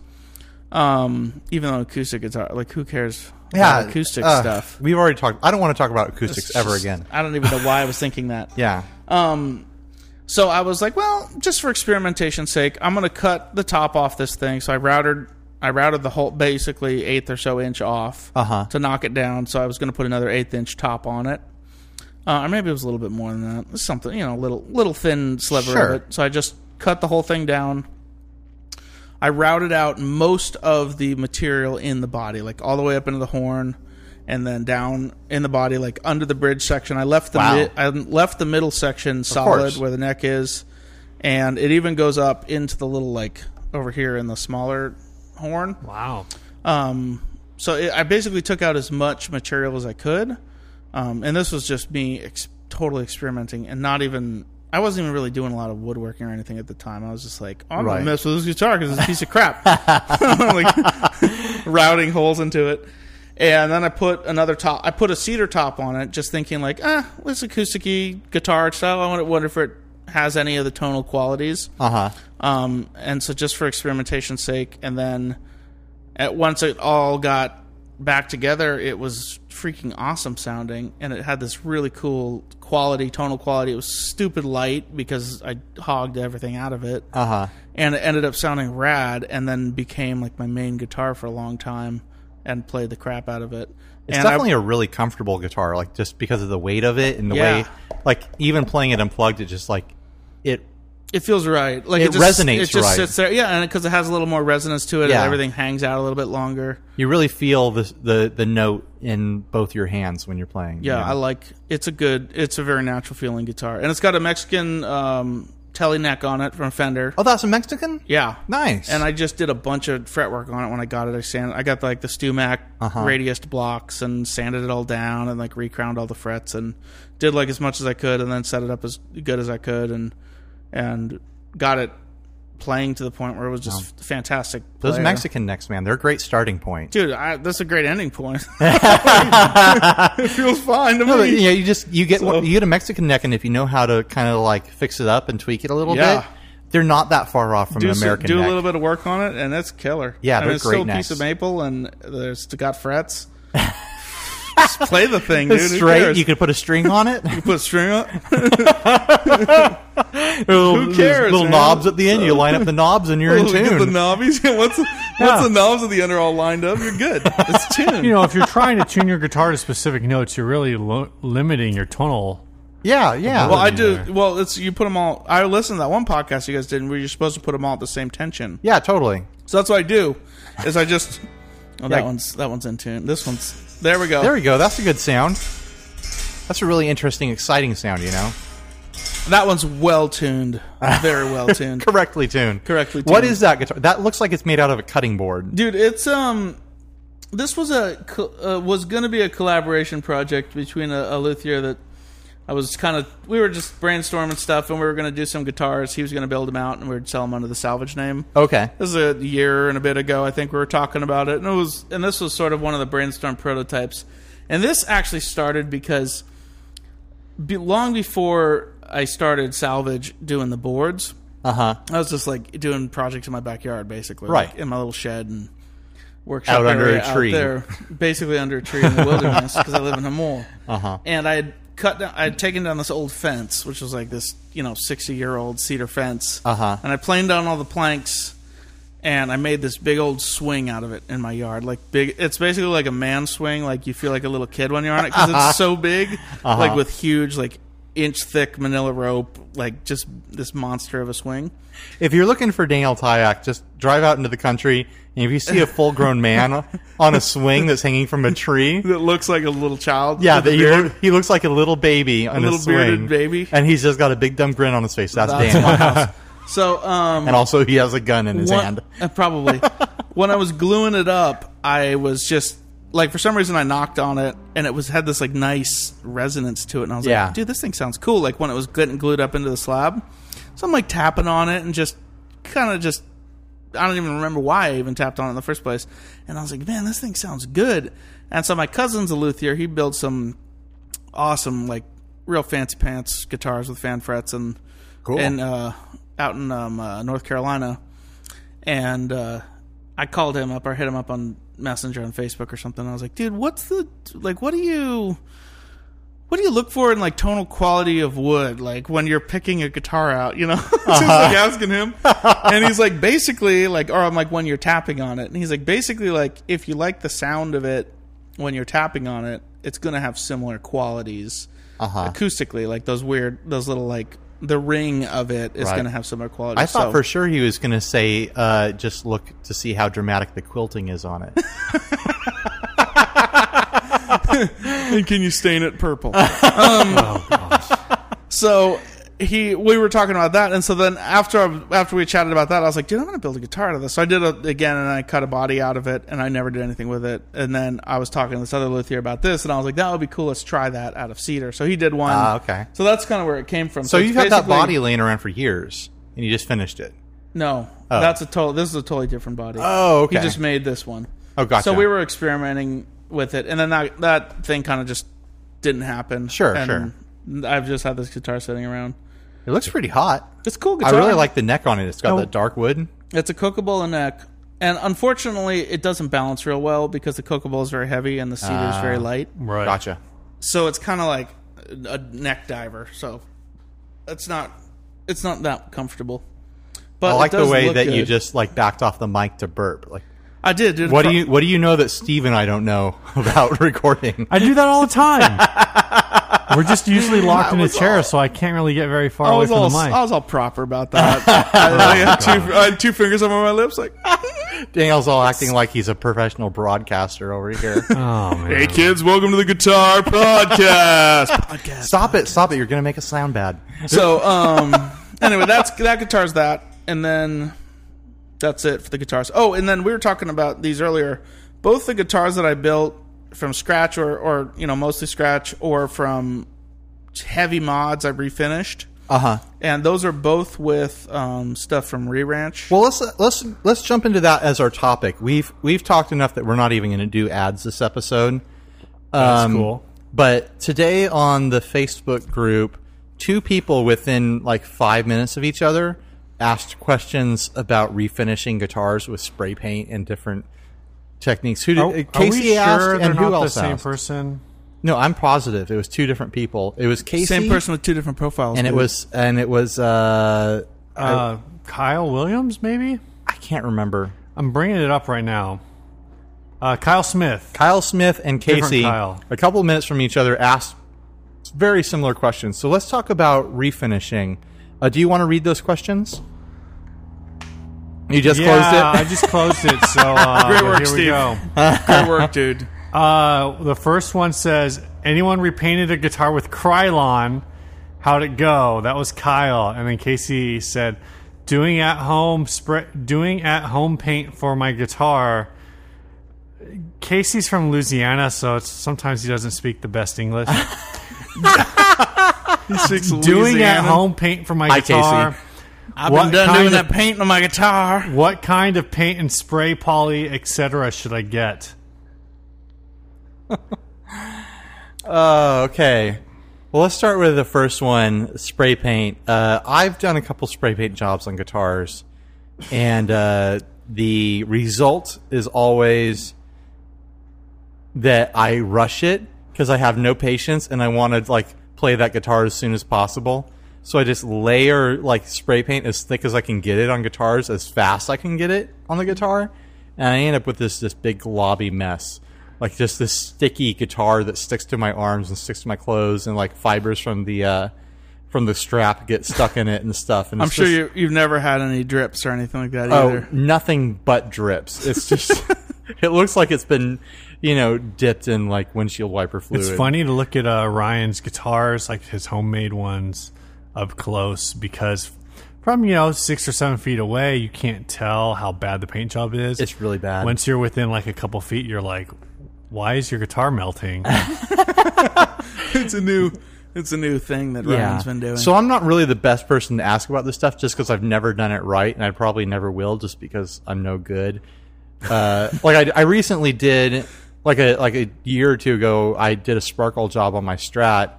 Um, even though acoustic guitar, like who cares? about acoustic uh, stuff. We've already talked. I don't want to talk about acoustics (laughs) It's ever just- again. I don't even know why I was thinking that. Yeah. Um, so I was like, well, just for experimentation's sake, I'm gonna cut the top off this thing. So I routed, I routed the whole basically eighth or so inch off Uh-huh. to knock it down. So I was gonna put another eighth inch top on it. Uh, or maybe it was a little bit more than that. Something, you know, little little thin sliver Sure. of it. So I just cut the whole thing down. I routed out most of the material in the body, like all the way up into the horn, and then down in the body, like under the bridge section. I left the Wow. mid, I left the middle section solid course. where the neck is, and it even goes up into the little like over here in the smaller horn. Wow. Um, so it, I basically took out as much material as I could, um, and this was just me ex- totally experimenting and not even. I wasn't even really doing a lot of woodworking or anything at the time. I was just like, oh, I'm Right. gonna mess with this guitar because it's a piece of crap. (laughs) like (laughs) routing holes into it, and then I put another top. I put a cedar top on it, just thinking like, ah, it's acoustic guitar style. I wonder- wonder if it has any of the tonal qualities. Uh huh. Um, and so just for experimentation's sake, and then at once it all got back together, it was freaking awesome sounding, and it had this really cool quality, tonal quality. It was stupid light because I hogged everything out of it, Uh huh. and it ended up sounding rad, and then became like my main guitar for a long time, and played the crap out of it. It's and I- definitely a really comfortable guitar, like just because of the weight of it and the Yeah. way, like even playing it unplugged, it just like it. It feels right. Like It it, just, resonates It just right. sits there, yeah, and because it has a little more resonance to it, Yeah. and everything hangs out a little bit longer. You really feel the the the note in both your hands when you're playing. Yeah, you know? I like. It's a good. It's a very natural feeling guitar, and it's got a Mexican um, tele neck on it from Fender. Oh, that's a Mexican. Yeah, Nice. and I just did a bunch of fretwork on it when I got it. I sand. I got like the Stumac Uh-huh. radius blocks and sanded it all down and like recrowned all the frets and did like as much as I could and then set it up as good as I could and and got it playing to the point where it was just f- fantastic. those player. Mexican necks, man, they're a great starting point. uh, Dude, I, that's a great (laughs) ending point. (laughs) it feels fine to me. No, but, yeah, you just you get you get a Mexican neck, and if you know how to kind of like fix it up and tweak it a little Yeah. bit, they're not that far off from do an some- American do neck. a little bit of work on it, and that's killer. Yeah, I mean, they're it's great still a necks. piece of maple, and there's it's got (laughs) frets. Just play the thing, dude. Who Straight, cares? you could put a string on (laughs) it. put a string up. Who cares, Little man? knobs at the end. You line up the knobs, and (laughs) you're in Look at the tune. knobbies. (laughs) once once the knobs at the end are all lined up, you're good. (laughs) It's tuned. You know, if you're trying to tune your guitar to specific notes, you're really lo- limiting your tonal. Yeah, yeah. well, I in do. there. Well, it's you put them all. I listened to that one podcast you guys did, where you're supposed to put them all at the same tension. yeah, totally. So that's what I do. Is I just. Oh, that Yeah. one's that one's in tune. This one's there. We go. There we go. That's a good sound. That's a really interesting, exciting sound. You know, that one's (laughs) well tuned. Very well tuned. correctly tuned. Correctly What tuned. is that guitar? That looks like it's made out of a cutting board. dude it's um this was a co- uh, was going to be a collaboration project between a, a luthier that i was kind of we were just brainstorming stuff and we were going to do some guitars he was going to build them out and we would sell them under the salvage name Okay. this is a year and a bit ago i think we were talking about it and it was and this was sort of one of the brainstorm prototypes and this actually started because be, long before i started salvage doing the boards Uh huh. I was just like doing projects in my backyard, basically, Right. like, in my little shed and workshop Out under area a tree. out there, basically under a tree in the wilderness because I live in a mall. Uh-huh. And I had cut down, I had taken down this old fence, which was like this, you know, sixty-year-old cedar fence. Uh-huh. And I planed down all the planks, and I made this big old swing out of it in my yard, like big. It's (laughs) basically Uh-huh. like a man swing, like you feel like a little kid when you're on it because it's so big, like with huge like inch thick manila rope, like just this monster of a swing. If you're looking for Daniel Tyack, just drive out into the country, and if you see a full grown (laughs) man on a swing that's hanging from a tree, That looks like a little child. yeah, with a that he, beard. loo- he looks like a little baby on a, little swing, bearded baby. and he's just got a big dumb grin on his face. That's, That's Dan, (laughs) my house. So, um, and also he has a gun in his One- hand. uh, probably. (laughs) when I was gluing it up, I was just like for some reason I knocked on it and it was had this like nice resonance to it and I was Yeah. like, dude, this thing sounds cool. Like when it was getting glued up into the slab. So I'm like tapping on it and just kind of just I don't even remember why I even tapped on it in the first place. And I was like, man, this thing sounds good. And so my cousin's a luthier. He builds some awesome, like real fancy pants guitars with fan frets and Cool. and uh, out in um, uh, North Carolina. And uh, I called him up or hit him up on Messenger on Facebook or something. I was like, dude, what's the like? What do you what do you look for in like tonal quality of wood, like when you're picking a guitar out, (laughs) you know? so I was like asking him. and he's like basically like or I'm like when you're tapping on it. And he's like basically like if you like the sound of it when you're tapping on it, it's gonna have similar qualities Uh huh. acoustically, like those weird those little like the ring of it is Right. gonna have similar qualities. I thought So- for sure he was going to say, uh, "Just look to see how dramatic the quilting is on (laughs) it." And can you stain it purple? um, (laughs) Oh, so he, we were talking about that, and so then after I- after we chatted about that, I was like, dude, I'm gonna build a guitar out of this. So I did it again, and I cut a body out of it, and I never did anything with it. And then I was talking to this other luthier about this, and I was like, that would be cool. Let's try that out of cedar. So he did one. Ah, okay. So that's kind of where it came from. So it's you've had that basically- body laying around for years, and you just finished it. No, that's a total. This is a totally different body. Oh, okay. He just made this one. Oh, gotcha. So we were experimenting with it, and then that that thing kind of just didn't happen. Sure, and I've just had this guitar sitting around. It looks pretty hot. It's a cool I guitar. really like the neck on it. It's got Oh. that dark wood. It's a Kokobola neck, and unfortunately, it doesn't balance real well because the Kokobola is very heavy and the cedar is very Ah. light. Right. Gotcha. So it's kind of like a neck diver. So it's not it's not that comfortable. But I it like the does way look that you good. just like backed off the mic to burp. Like, I did. Dude, what do you what do you know that Steve and I don't know (laughs) about recording? I do that all the time. (laughs) We're just usually locked in a was chair, so I can't really get very far I away was, from all, the mic. I was all proper about that. (laughs) I, I had two, I had two fingers over my lips, like, Daniel's all acting like he's a professional broadcaster over (laughs) here. oh man. hey, kids, welcome to the (laughs) Guitar Podcast. stop it! Stop it! You're gonna make us sound bad. so, um, anyway, that's that guitar's that. And then that's it for the guitars. Oh, and then we were talking about these earlier. Both the guitars that I built from scratch or, or you know, mostly scratch or from heavy mods I refinished. Uh huh. And those are both with um, stuff from Re Ranch. Well, let's let's let's jump into that as our topic. We've we've talked enough that we're not even going to do ads this episode. That's Um, cool. But today on the Facebook group, two people within like five minutes of each other asked questions about refinishing guitars with spray paint and different techniques. Who did Are, Casey are we sure asked, they're and not who the else same asked? person? No, I'm positive it was two different people. It was Casey, Same person with two different profiles. and it dude. was and it was uh, Uh, Kyle Williams, maybe. I can't remember. I'm bringing it up right now. Uh, Kyle Smith. Kyle Smith and Different Casey, Kyle. a couple minutes from each other, asked very similar questions. So let's talk about refinishing. Uh, do you want to read those questions? You just yeah, (laughs) I closed it. just closed it. So uh, Great work, here Steve. we go. Great work, dude. Uh, the first one says, "Anyone repainted a guitar with Krylon? How'd it go?" That was Kyle, and then Casey said, "Doing at home spray, doing at home paint for my guitar." Casey's from Louisiana, so it's, sometimes he doesn't speak the (laughs) best English. He speaks doing at Louisiana. home paint for my Hi, Casey. guitar. I've What been done kind doing of- that painting on my guitar. What kind of paint and spray poly, etc., should I get? Uh, okay. Well, let's start with the first one: spray paint. Uh, I've done a couple spray paint jobs on guitars, and uh, the result is always that I rush it because I have no patience and I want to like play that guitar as soon as possible. So I just layer like spray paint as thick as I can get it on guitars, as fast I can get it on the guitar, and I end up with this this big globby mess. like just this sticky guitar that sticks to my arms and sticks to my clothes, and like fibers from the uh, from the strap get stuck in it and stuff. And I'm it's sure just- you, you've never had any drips or anything like that Oh, either. nothing but drips. It's just it looks like it's been you know dipped in like windshield wiper fluid. It's funny to look at uh, Ryan's guitars, like his homemade ones, up close because from you know six or seven feet away, you can't tell how bad the paint job is. It's really bad. Once you're within like a couple feet, you're like, "Why is your (laughs) guitar melting?" (laughs) Oh, It's a new it's a new thing that Ryan's been doing. So I'm not really the best person to ask about this stuff just because I've never done it right and I probably never will just because I'm no good. Uh, like I, I recently did like a like a year or two ago I did a sparkle job on my strat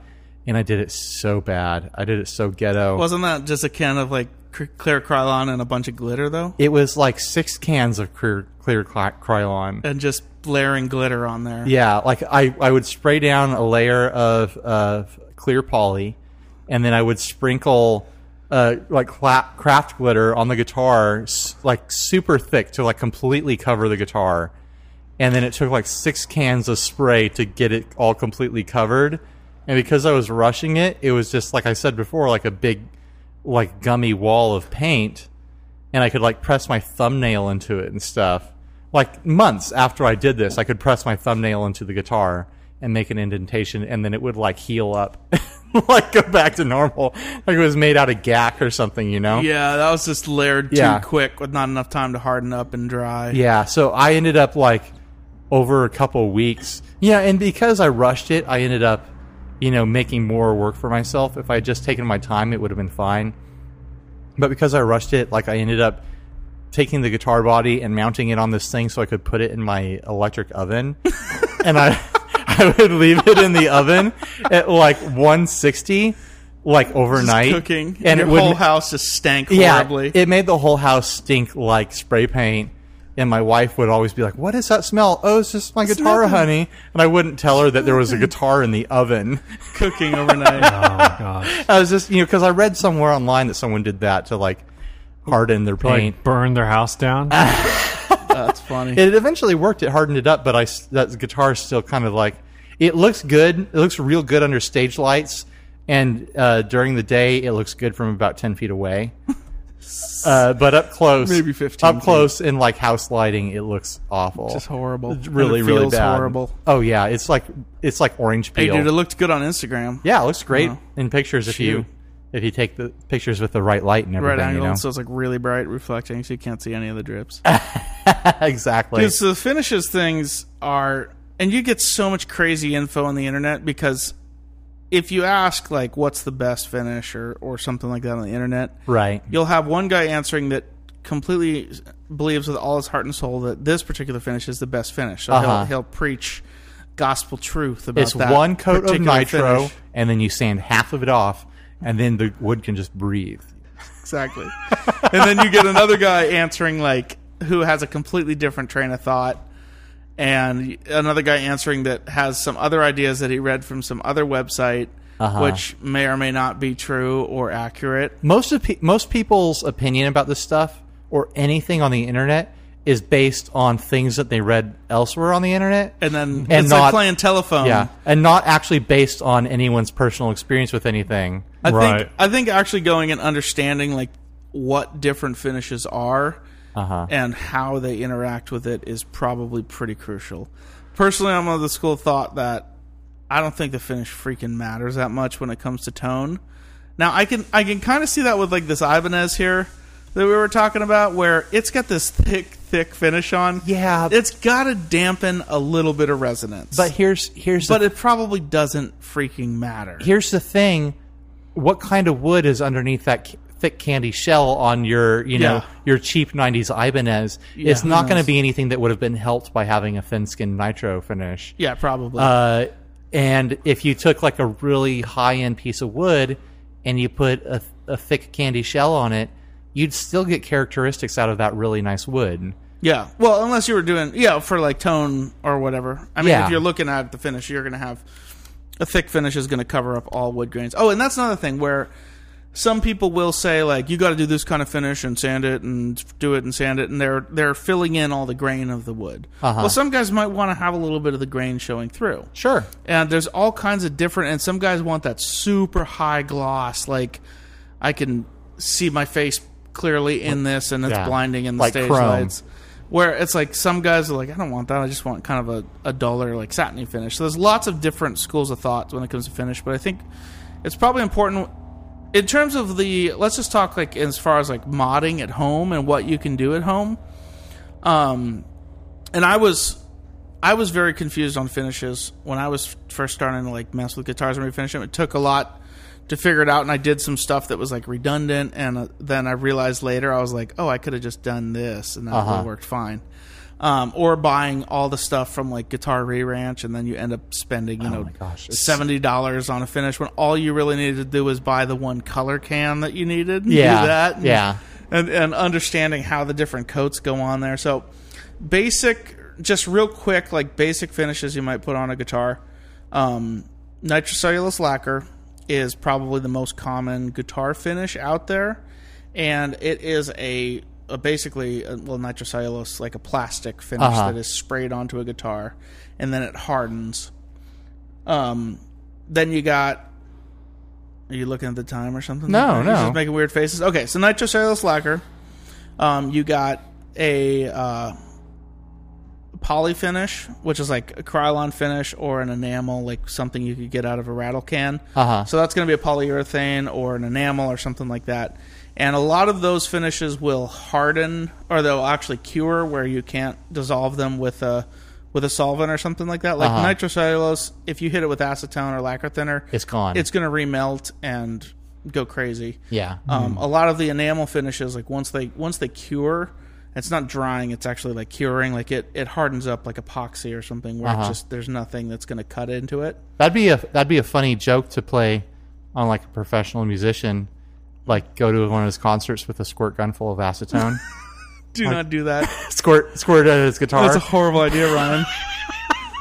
and I did it so bad. I did it so ghetto. wasn't that just a can of like cr- clear Krylon and a bunch of glitter though, it was like six cans of clear clear cry- Krylon. and just blaring glitter on there? Yeah, like I, I would spray down a layer of of clear poly, and then I would sprinkle uh like cla- craft glitter on the guitar, s- like super thick to like completely cover the guitar, and then it took like six cans of spray to get it all completely covered, and because I was rushing it, it was just like I said before, like a big like gummy wall of paint and I could like press my thumbnail into it and stuff. Like months after I did this, I could press my thumbnail into the guitar and make an indentation, and then it would like heal up, (laughs) like go back to normal, like it was made out of gack or something, you know? Yeah, that was just layered too Yeah. quick with not enough time to harden up and dry. Yeah, so I ended up like over a couple weeks. Yeah, and because I rushed it, I ended up, you know, making more work for myself. If I had just taken my time, it would have been fine. But because I rushed it, like I ended up taking the guitar body and mounting it on this thing so I could put it in my electric (laughs) oven. and I (laughs) I would leave it in the oven at like 160 like overnight Cooking and your it would whole house just stank horribly. it made the whole house stink like spray paint. And my wife would always be like, "What is that smell?" Oh, it's just my guitar, honey. And I wouldn't tell her that there was a guitar in the oven. (laughs) cooking overnight. oh my gosh! I was just, you know, because I read somewhere online that someone did that to like harden their paint. Like burn their (laughs) house down. That's funny. it eventually worked. It hardened it up, but I s- that guitar is still kind of like it looks good. It looks real good under stage lights, and uh, during the day, it looks good from about ten feet (laughs) away. Uh, but up close, Maybe 15 Up feet. close in like house lighting, it looks awful. just horrible. It's really, And it really feels bad. horrible. Oh yeah, it's like it's like orange Hey, peel. dude, it Uh-huh. looked good on Instagram. yeah, it looks great Wow. in pictures if you Shoot. if you take the pictures with the right light and Right everything. angle, you know? so it's like really bright, reflecting, so you can't see any of the drips. (laughs) exactly. Dude, so the finishes things are, and you get so much crazy info on the internet because if you ask like what's the best finish or or something like that on the internet, Right. you'll have one guy answering that completely believes with all his heart and soul that this particular finish is the best finish. So Uh-huh. he'll he'll preach gospel truth about It's that. one coat of particular nitro, finish. and then you sand half of it off, and then the wood can just breathe. exactly. and then you get another guy answering like who has a completely different train of thought, and another guy answering that has some other ideas that he read from some other website, Uh-huh. which may or may not be true or accurate. Most of pe- most people's opinion about this stuff or anything on the internet is based on things that they read elsewhere on the internet, And um, then And it's not- like playing telephone. yeah, and not actually based on anyone's personal experience with anything. I Right. think I think actually going and understanding like what different finishes are Uh-huh. and how they interact with it is probably pretty crucial. Personally, I'm of the school of thought that I don't think the finish freaking matters that much when it comes to tone. Now I can I can kind of see that with like this Ibanez here that we were talking about where it's got this thick thick finish on. Yeah. It's got to dampen a little bit of resonance. But here's here's but the, it probably doesn't freaking matter. here's the thing: what kind of wood is underneath that? ca- Thick candy shell on your, you know, Yeah. your cheap '90s Ibanez It's who not going knows? to be anything that would have been helped by having a thin-skinned nitro finish. yeah, probably. Uh, and if you took like a really high end piece of wood and you put a, a thick candy shell on it, you'd still get characteristics out of that really nice wood. Yeah. Well, unless you were doing yeah for like tone or whatever. I mean, Yeah. if you're looking at the finish, you're going to have a thick finish is going to cover up all wood grains. Oh, and that's another thing where some people will say like you got to do this kind of finish and sand it and do it and sand it, and they're they're filling in all the grain of the wood. Well, some guys might want to have a little bit of the grain showing through. Sure. And there's all kinds of different, and some guys want that super high gloss, like I can see my face clearly in this, and it's Yeah. blinding in the Like stage chrome. lights. Where it's like some guys are like, I don't want that. I just want kind of a, a duller, like satiny finish. So there's lots of different schools of thought when it comes to finish, but I think it's probably important in terms of the. Let's just talk like as far as like modding at home and what you can do at home. Um, and I was I was very confused on finishes when I was first starting to like mess with guitars and refinish them. It took a lot to figure it out, and I did some stuff that was like redundant. And uh, then I realized later I was like, oh, I could have just done this, and that would Uh-huh. have worked fine. Um, or buying all the stuff from like Guitar Re Ranch, and then you end up spending you know Oh my gosh, it's- seventy dollars on a finish when all you really needed to do was buy the one color can that you needed. and Yeah, do that. and- yeah. and, and understanding how the different coats go on there. So, basic, just real quick, like basic finishes you might put on a guitar. Um, nitrocellulose lacquer is probably the most common guitar finish out there, and it is a, a basically a, well nitrocellulose like a plastic finish Uh-huh. that is sprayed onto a guitar, and then it hardens. Um, then you got. Are you looking at the time or something? No, You're no. Just making weird faces. Okay, so nitrocellulose lacquer. Um, you got a uh, poly finish, which is like a Krylon finish or an enamel, like something you could get out of a rattle can. Uh-huh. So that's going to be a polyurethane or an enamel or something like that. And a lot of those finishes will harden, or they'll actually cure, where you can't dissolve them with a with a solvent or something like that. Like nitrocellulose, if you hit it with acetone or lacquer thinner, Uh-huh. It's gone. it's going to remelt and go crazy. yeah. Um, a lot of the enamel finishes, like once they once they cure, it's not drying; it's actually like curing. Like it, it hardens up like epoxy or something, where Uh-huh. it's just there's nothing that's going to cut into it. That'd be a that'd be a funny joke to play on like a professional musician, like go to one of his concerts with a squirt gun full of acetone, Do not do (laughs) that. squirt squirt at his guitar. That's a horrible idea, (laughs) Ryan.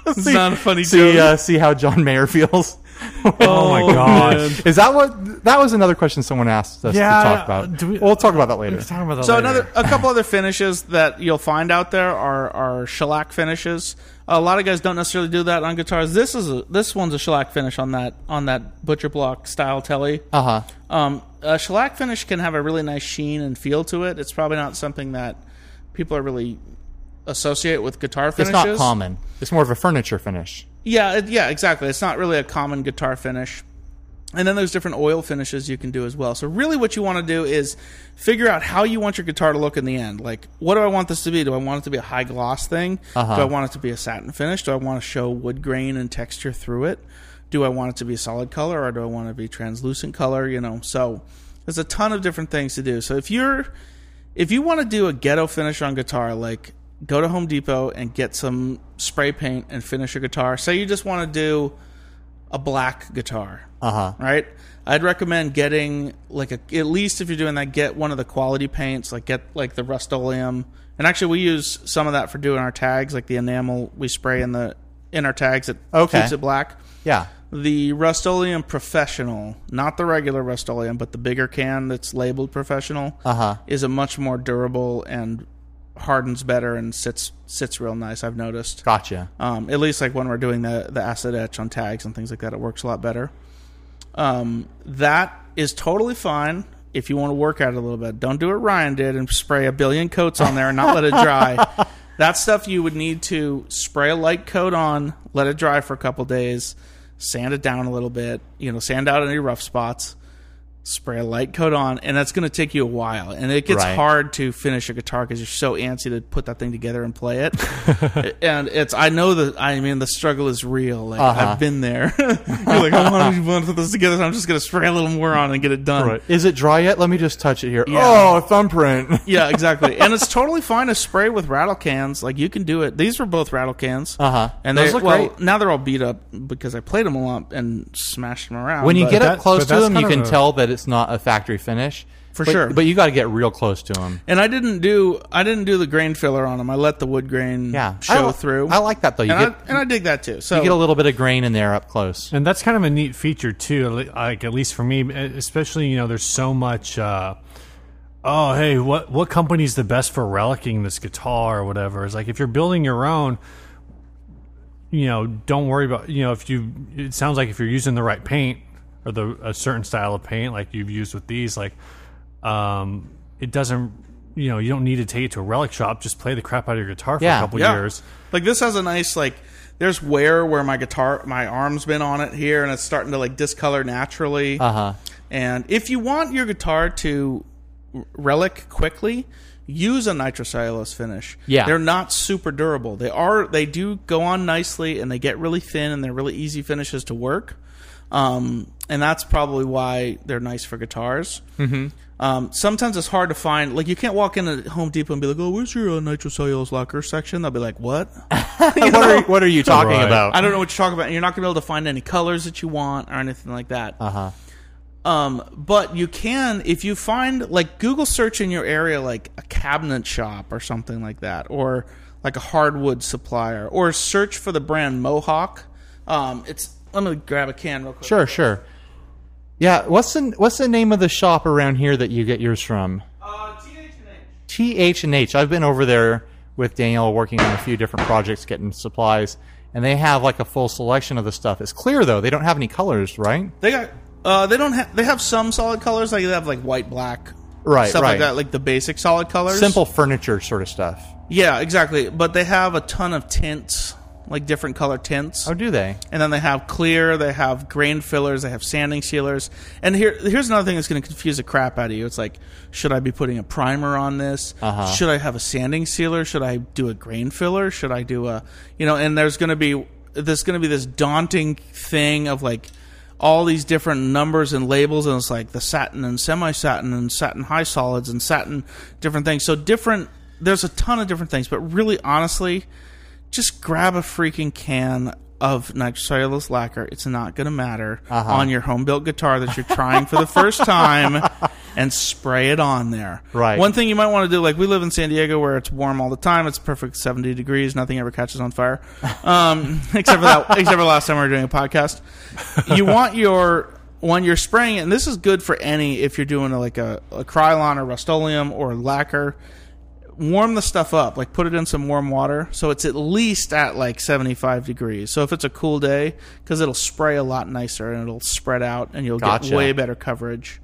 It's See- not a funny see joke. uh, see how John Mayer feels. Oh (laughs) my gosh. man. Is that what that was another question someone asked us Yeah, to talk about? do we- we, will talk about that later. Let's talk about that So later. another a couple other finishes that you'll find out there are are shellac finishes. A lot of guys don't necessarily do that on guitars. This is a, this one's a shellac finish on that on that butcher block style telly. Uh huh. Um, a shellac finish can have a really nice sheen and feel to it. It's probably not something that people are really associate with guitar It's finishes. not common. It's more of a furniture finish. Yeah, it, yeah, exactly. It's not really a common guitar finish. And then there's different oil finishes you can do as well. So really what you want to do is figure out how you want your guitar to look in the end. Like, what do I want this to be? Do I want it to be a high gloss thing? Do I want it to be a satin finish? Do I want to show wood grain and texture through it? Do I want it to be a solid color or do I want it to be translucent color, you know? So there's a ton of different things to do. So if you're if you want to do a ghetto finish on guitar, like go to Home Depot and get some spray paint and finish your guitar. Say you just want to do a black guitar, Uh huh. right? I'd recommend getting like a at least if you're doing that, get one of the quality paints, like get like the Rust-Oleum. And actually, we use some of that for doing our tags, like the enamel we spray in the in our tags. It Okay. keeps it black. Yeah. The Rust-Oleum Professional, not the regular Rust-Oleum, but the bigger can that's labeled Professional, Uh-huh. is a much more durable and hardens better and sits sits real nice. I've noticed. Gotcha. Um, at least like when we're doing the the acid etch on tags and things like that, it works a lot better. Um, that is totally fine if you want to work at it a little bit. Don't do what Ryan did and spray a billion coats on there and not let it dry. that stuff you would need to spray a light coat on, let it dry for a couple days, sand it down a little bit, you know, sand out any rough spots, spray a light coat on, and that's going to take you a while. And it gets Right. hard to finish a guitar because you're so antsy to put that thing together and play it. and it's I know that I mean the struggle is real. Like Uh-huh. I've been there. (laughs) you're like I want to put this together, so I'm just going to spray a little more on and get it done. Is it dry yet? Let me just touch it here. Yeah. Oh, a thumbprint. (laughs) Yeah, exactly. and it's totally fine to spray with rattle cans. Like you can do it. These were both rattle cans. Uh-huh. And Those they look well great. now they're all beat up because I played them a lot and smashed them around. When you but- get that- up close but to that's them, you kind can of a- tell that it's not a factory finish. for But, sure. But you got to get real close to him. and I didn't do I didn't do the grain filler on them. I let the wood grain Yeah. I show li- through. I like that though. You and, get I, and I dig that too. So you get a little bit of grain in there up close. And that's kind of a neat feature too, at le- like at least for me, e, especially you know, there's so much. Uh, oh, hey, what what company's the best for relicing this guitar or whatever? It's like if you're building your own, you know, don't worry about you know if you. It sounds like if you're using the right paint or the a certain style of paint, like you've used with these, like um, it doesn't. You know, you don't need to take it to a relic shop. Just play the crap out of your guitar for Yeah. a couple yeah. years. Like this has a nice like there's wear where my guitar my arm's been on it here and it's starting to like discolor naturally. Uh-huh. Uh huh. And if you want your guitar to r- relic quickly, use a nitrocellulose finish. Yeah. They're not super durable. They are they do go on nicely and they get really thin and they're really easy finishes to work. Um, and that's probably why they're nice for guitars. Mm-hmm. Um, sometimes it's hard to find. Like you can't walk into Home Depot and be like, "Oh, where's your uh, nitrocellulose locker section?" They'll be like, "What?" (laughs) (laughs) what, are, you- what are (laughs) you talking Right. about? I don't know what you're talking about. and You're not going to be able to find any colors that you want or anything like that. Uh Uh-huh. huh. Um, but you can if you find like Google search in your area, like a cabinet shop or something like that, or like a hardwood supplier, or search for the brand Mohawk. Um, it's let me grab a can real quick. Sure, sure. Yeah, what's the what's the name of the shop around here that you get yours from? Uh, TH&H. T H and H. I've been over there with Daniel working on a few different projects, getting supplies, and they have like a full selection of the stuff. It's clear though; they don't have any colors, right? They got. Uh, they don't have. They have some solid colors. Like they have like white, black, Right, stuff right. like that. Like the basic solid colors. Simple furniture sort of stuff. Yeah, exactly. But they have a ton of tints, like different color tints. Oh, do they? and then they have clear, they have grain fillers, they have sanding sealers. And here, here's another thing that's going to confuse the crap out of you. It's like, should I be putting a primer on this? Uh-huh. Should I have a sanding sealer? Should I do a grain filler? Should I do a, you know? And there's going to be there's going to be this daunting thing of like all these different numbers and labels, and it's like the satin and semi satin and satin high solids and satin different things. So different. There's a ton of different things, but really, honestly, just grab a freaking can of nitrocellulose lacquer. It's not going to matter on your home built guitar that you're trying for the first time and spray it on there. Right. One thing you might want to do, like we live in San Diego where it's warm all the time. It's perfect 70 degrees. Nothing ever catches on fire. Um, (laughs) except for that, except for last time we were doing a podcast. You want your, when you're spraying it, and this is good for any, if you're doing like a, a Krylon or Rust-Oleum or lacquer, warm the stuff up like put it in some warm water so it's at least at like 75 degrees so if it's a cool day because it'll spray a lot nicer and it'll spread out and you'll Gotcha. get way better coverage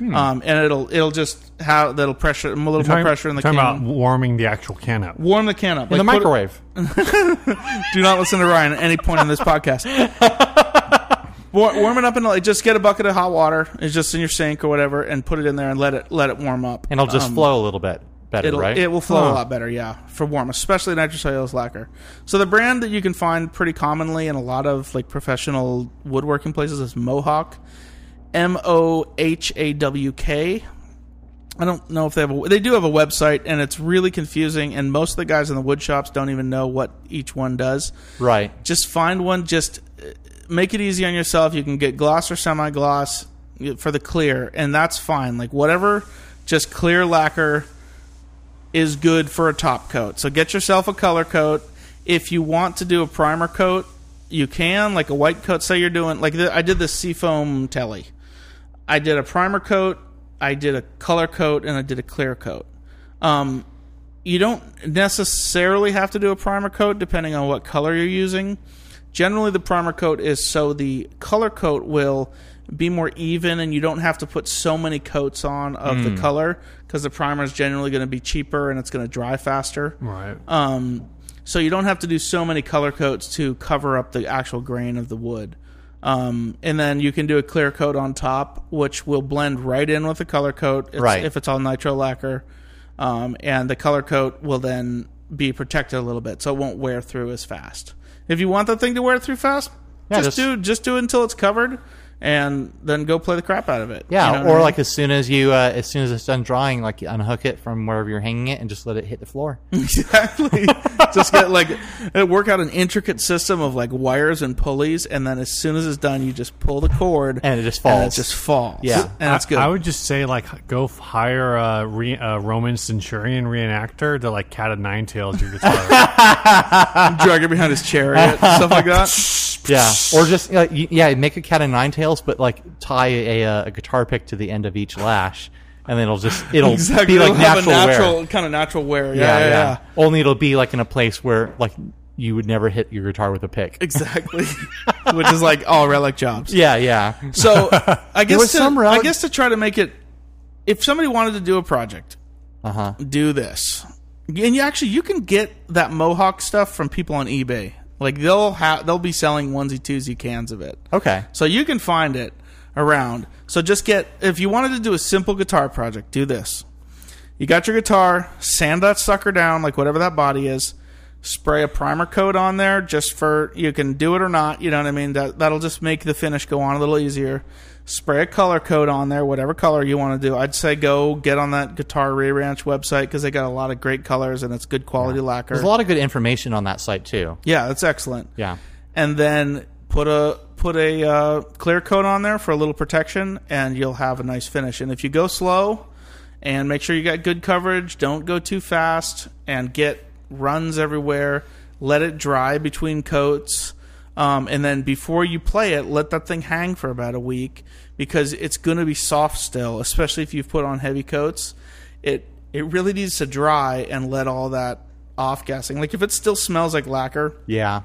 um, and it'll it'll just have that'll pressure a little more pressure in the can talking about warming the actual can up. warm the can up In the Like, put it- microwave. do not listen to Ryan at any point in this podcast. War, warm it up and like just get a bucket of hot water. It's just in your sink or whatever, and put it in there and let it let it warm up. And it'll just Um, flow a little bit better, It'll, right? It will flow Huh. a lot better, yeah, for warm, especially nitrocellulose lacquer. So the brand that you can find pretty commonly in a lot of like professional woodworking places is Mohawk, M O H A W K. I don't know if they have a they do have a website and it's really confusing and most of the guys in the wood shops don't even know what each one does right. just find one just uh, make it easy on yourself you can get gloss or semi-gloss uh, for the clear and that's fine like whatever just clear lacquer is good for a top coat so get yourself a color coat if you want to do a primer coat you can like a white coat say you're doing like the, i did the seafoam telly I did a primer coat, I did a color coat, and I did a clear coat. Um, you don't necessarily have to do a primer coat depending on what color you're using. Generally, the primer coat is so the color coat will be more even and you don't have to put so many coats on of the color because the primer is generally going to be cheaper and it's going to dry faster. Right. Um, so you don't have to do so many color coats to cover up the actual grain of the wood. Um, and then you can do a clear coat on top, which will blend right in with the color coat it's, Right. if it's all nitro lacquer. Um, and the color coat will then be protected a little bit, so it won't wear through as fast. If you want the thing to wear through fast, Yeah, just just- do just do it until it's covered, and then go play the crap out of it. Yeah, You know what I or mean? like as soon as you, uh, as soon as it's done drying, like you unhook it from wherever you're hanging it and just let it hit the (laughs) floor. exactly. (laughs) Just get like work out an intricate system of like wires and pulleys, and then as soon as it's done, you just pull the cord, And it just and it falls. just falls. Yeah. and it's I- good. I, would just say like go f- hire a, re, a Roman centurion reenactor to like cat a nine tails your (laughs) guitar. drag it behind his chariot, stuff (laughs) like that. Yeah, or just uh, y- yeah, make a cat of nine tails, but like tie a, uh, a guitar pick to the end of each lash, and then it'll just (laughs) it'll be like It'll have natural, a wear. natural kind of natural wear. Yeah, yeah, yeah. Only it'll be like in a place where like you would never hit your guitar with a pick. exactly. (laughs) Which is like all relic jobs. Yeah, yeah, (laughs) (laughs) So I guess was to, some I relic- guess to try to make it, if somebody wanted to do a project, uh huh. do this. And you actually you can get that mohawk stuff from people on eBay. Like they'll have they'll be selling onesie twosie cans of it. Okay. So you can find it around. So just get if you wanted to do a simple guitar project, do this. You got your guitar, sand that sucker down like whatever that body is. Spray a primer coat on there just for you can do it or not, you know what I mean? That that'll just make the finish go on a little easier. Spray a color coat on there, whatever color you want to do. I'd say go get on that Guitar Re Ranch website because they got a lot of great colors and it's good quality lacquer. There's a lot of good information on that site too. yeah, that's excellent Yeah. and then put a put a uh, clear coat on there for a little protection, and you'll have a nice finish. And if you go slow, and make sure you got good coverage, don't go too fast, and get runs everywhere. Let it dry between coats, um, and then before you play it, let that thing hang for about a week because it's going to be soft still, especially if you've put on heavy coats. It it really needs to dry and let all that off gassing. Like if it still smells like lacquer, Yeah.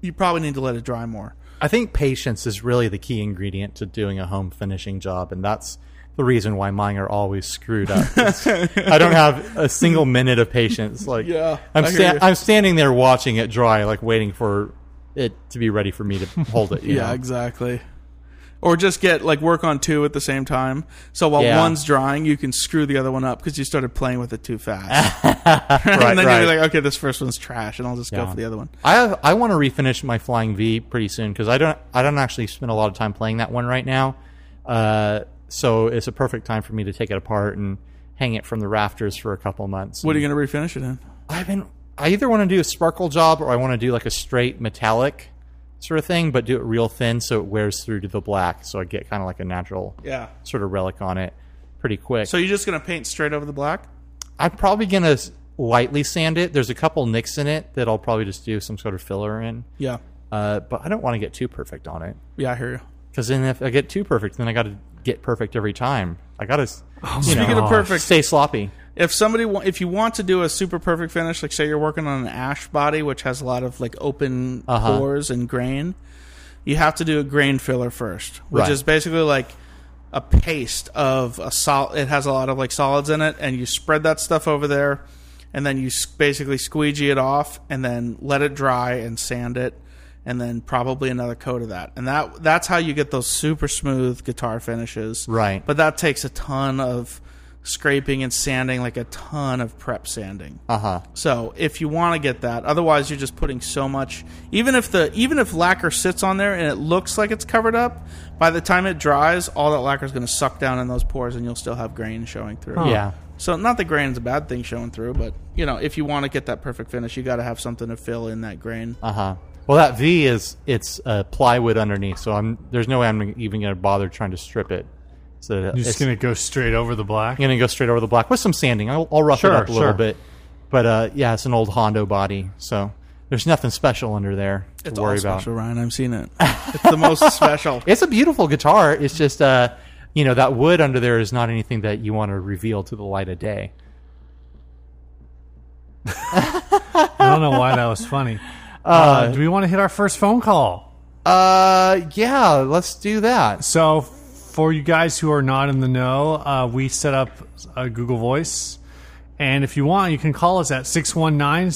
you probably need to let it dry more. I think patience is really the key ingredient to doing a home finishing job, and that's the reason why mine are always screwed (laughs) up. It's- I don't have a single minute of patience. Like, Yeah, I'm I hear sta- you. I'm standing there watching it dry, like waiting for it to be ready for me to hold it. you (laughs) Yeah, know? exactly. Or just get like work on two at the same time. So while Yeah. one's drying, you can screw the other one up because you started playing with it too (laughs) fast. (laughs) Right, and then right. you're like, okay, this first one's trash, and I'll just go Yeah. for the other one. I have, I want to refinish my Flying V pretty soon because I don't I don't actually spend a lot of time playing that one right now. Uh, so it's a perfect time for me to take it apart and hang it from the rafters for a couple months. What are you going to refinish it in? I've been. I either want to do a sparkle job or I want to do like a straight metallic sort of thing, but do it real thin so it wears through to the black, so I get kind of like a natural Yeah. sort of relic on it pretty quick. So you're just going to paint straight over the black? I'm probably gonna s- lightly sand it. There's a couple nicks in it that I'll probably just do some sort of filler in, Yeah. uh, but I don't want to get too perfect on it Yeah, I hear you. because then if I get too perfect, then I got to get perfect every time. I got to you my know, Speaking of Gosh. perfect, stay sloppy. if somebody wa- if you want to do a super perfect finish like say you're working on an ash body which has a lot of like open Uh-huh. pores and grain you have to do a grain filler first which Right. is basically like a paste of a solid it has a lot of like solids in it and you spread that stuff over there and then you s- basically squeegee it off and then let it dry and sand it and then probably another coat of that and that that's how you get those super smooth guitar finishes Right. but that takes a ton of scraping and sanding, like a ton of prep sanding. Uh huh. So if you want to get that, otherwise you're just putting so much. Even if the even if lacquer sits on there and it looks like it's covered up, by the time it dries, all that lacquer is going to suck down in those pores, and you'll still have grain showing through. Yeah. So not that grain's a bad thing showing through, but you know if you want to get that perfect finish, you got to have something to fill in that grain. Uh huh. Well, that V is it's uh, plywood underneath, so I'm there's no way I'm even going to bother trying to strip it. So that You're it's just gonna go straight over the black. I'm gonna go straight over the black with some sanding. I'll, I'll rough Sure, it up a little sure. bit, but uh, yeah, it's an old Hondo body, so there's nothing special under there to It's worry all about. special, Ryan. I've seen it. It's the most special. It's a beautiful guitar. It's just uh, you know that wood under there is not anything that you want to reveal to the light of day. I don't know why that was (laughs) funny. Uh, do we want to hit our first phone call? Uh, yeah, let's do that. So, for you guys who are not in the know, uh, we set up a Google Voice. And if you want, you can call us at 619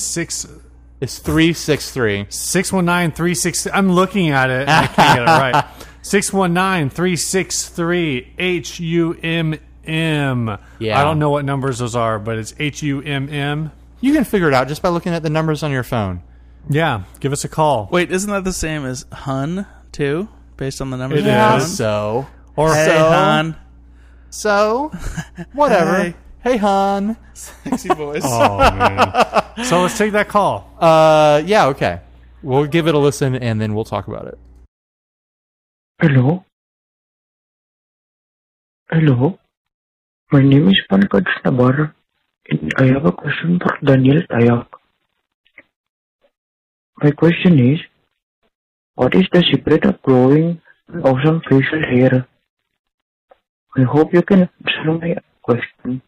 It's three six three. 619 363. I'm looking at it. and I can't get it right. (laughs) 619 363 H U M M. Yeah. I don't know what numbers those are, but it's H U M M. You can figure it out just by looking at the numbers on your phone. (laughs) Yeah. Give us a call. Wait, isn't that the same as Hun too? based on the numbers. It we Yeah, found. is. so Or Hey, So- hon. (laughs) so whatever. Hey. Hey, hon. Sexy voice. oh man. So let's take that call. Uh, yeah, okay. We'll give it a listen and then we'll talk about it. Hello. Hello. My name is Pankaj Nabar, and I have a question for Daniel Tayak. My question is, what is the secret of growing awesome facial hair? I hope you can answer my question.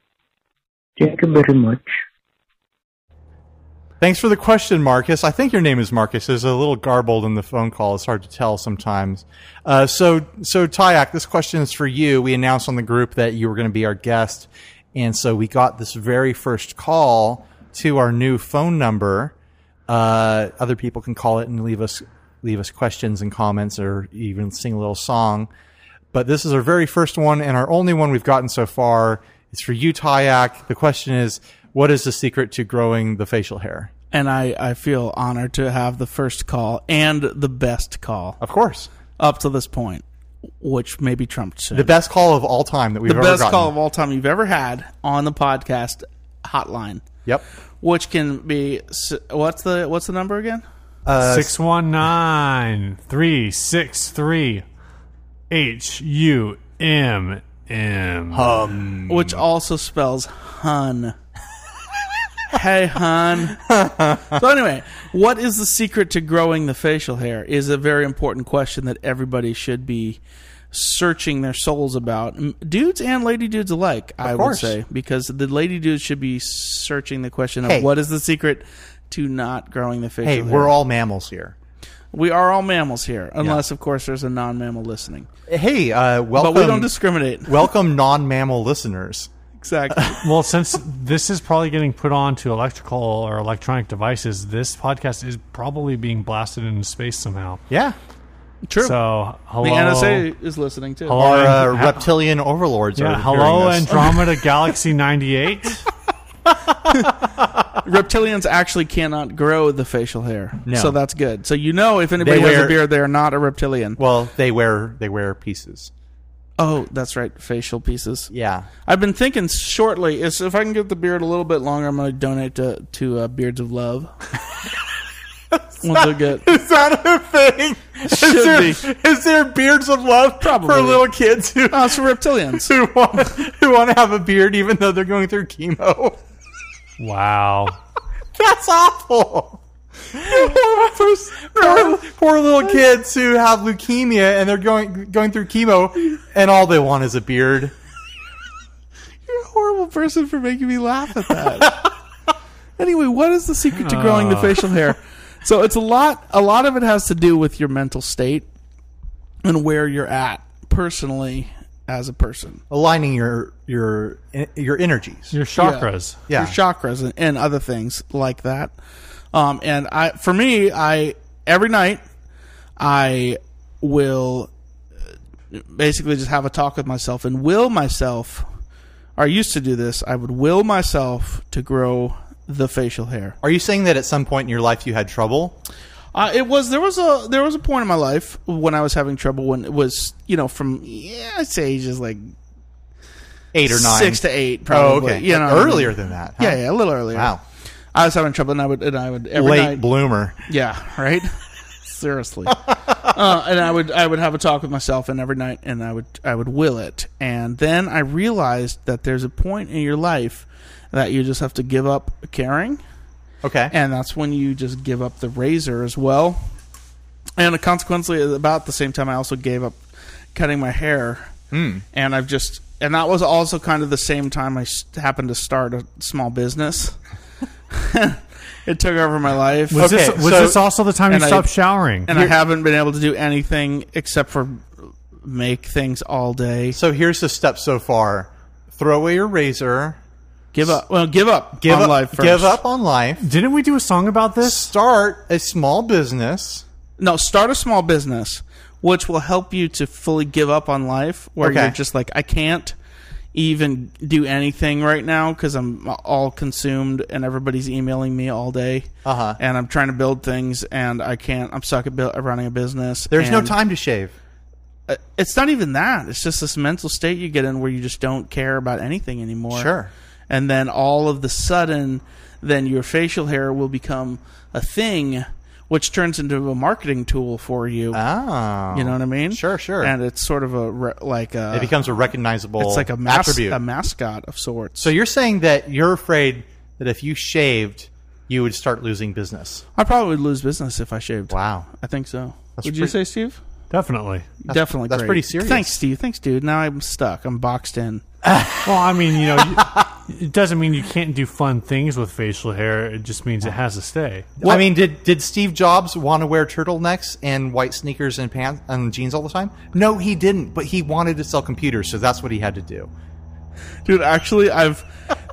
Thank you very much. Thanks for the question, Marcus. I think your name is Marcus. There's a little garbled in the phone call. It's hard to tell sometimes. Uh, so, so Tayak, this question is for you. We announced on the group that you were going to be our guest, and so we got this very first call to our new phone number. Uh, other people can call it and leave us leave us questions and comments, or even sing a little song. But this is our very first one and our only one we've gotten so far. It's for you, Tayak. The question is, what is the secret to growing the facial hair? And I, I feel honored to have the first call and the best call Of course. up to this point, which may be trumped soon. The best call of all time that we've The ever best gotten. call of all time you've ever had on the podcast hotline, Yep. which can be s- what's the what's the number again? Uh, Six one nine three six three H U M M. Which also spells hun. hey hun. so anyway, what is the secret to growing the facial hair is a very important question that everybody should be searching their souls about M- dudes and lady dudes alike i would course. say because the lady dudes should be searching the question of Hey. what is the secret to not growing the facial Hey, hair we're all mammals here. We are all mammals here, unless, of course, there's a non-mammal listening. Hey, uh, welcome. But we (laughs) don't (laughs) discriminate. welcome non-mammal listeners. Exactly. Well, since this is probably getting put onto electrical or electronic devices, this podcast is probably being blasted into space somehow. Yeah. True. So hello, the NSA is listening too. Hello? Our uh, and- reptilian overlords yeah, are hello hearing this. (laughs) Andromeda Galaxy ninety eight. Reptilians actually cannot grow the facial hair, No. so that's good. So you know, if anybody They has wear- a beard, they are not a reptilian. well, they wear they wear pieces. oh, that's right, facial pieces. Yeah. I've been thinking shortly. Is if I can get the beard a little bit longer, I'm going to donate to to uh, Beards of (laughs) Love. Ones I get. Is that a thing? Is there- is there beards of love for little kids who Oh, it's for reptilians. who want who want to have a beard even though they're going through chemo? (laughs) Wow. That's awful. (laughs) poor, (laughs) poor little kids who have leukemia and they're going going through chemo, and all they want is a beard. You're a horrible person for making me laugh at that. (laughs) anyway, what is the secret to growing the facial hair? So it's a lot. A lot of it has to do with your mental state and where you're at personally as a person, Aligning your your your energies. Your chakras. yeah, your chakras, and, and other things like that. Um, and I, for me, I every night I will uh, basically just have a talk with myself and will myself. Or I used to do this. I would will myself to grow the facial hair. Are you saying that at some point in your life you had trouble? Uh, it was there was a there was a point in my life when I was having trouble when it was you know from yeah I'd say ages like Eight or nine? six to eight oh, probably okay. you know what I mean? earlier than that. huh? yeah yeah a little earlier Wow. I was having trouble and I would and I would every Late night bloomer. yeah right seriously (laughs) uh, and I would I would have a talk with myself and every night and I would I would will it and then I realized that there's a point in your life that you just have to give up caring Okay. and that's when you just give up the razor as well. And consequently, at about the same time, I also gave up cutting my hair, and I've just and that was also kind of the same time I s- happened to start a small business. (laughs) it took over my life, Was this Okay, was so- this also the time you and I- stopped showering? and I haven't been able to do anything except for make things all day. so here's the step so far: throw away your razor, Give up. Well, give up. give on up, life. First. give up on life, Didn't we do a song about this? start a small business. No, start a small business, which will help you to fully give up on life, where Okay. you're just like, I can't even do anything right now because I'm all consumed and everybody's emailing me all day, Uh-huh. and I'm trying to build things and I can't. I'm stuck at buil- at running a business. There's no and time to shave. uh, it's not even that. It's just this mental state you get in where you just don't care about anything anymore. Sure. And then all of the sudden, then your facial hair will become a thing, which turns into a marketing tool for you. Oh. you know what I mean? Sure, sure. And it's sort of a re- like a it becomes a recognizable it's like a, mas- attribute. a mascot of sorts. so you're saying that you're afraid that if you shaved, you would start losing business. I probably would lose business if I shaved. Wow. I think so. That's would you pretty- say, Steve? Definitely. Definitely. that's great. pretty serious. Thanks, Steve. Thanks, dude. Now I'm stuck. I'm boxed in. Well, I mean, you know, you, it doesn't mean you can't do fun things with facial hair. It just means it has to stay. I mean, did did Steve Jobs want to wear turtlenecks and white sneakers and pants and jeans all the time? No, he didn't. But he wanted to sell computers, so that's what he had to do. Dude, actually, I've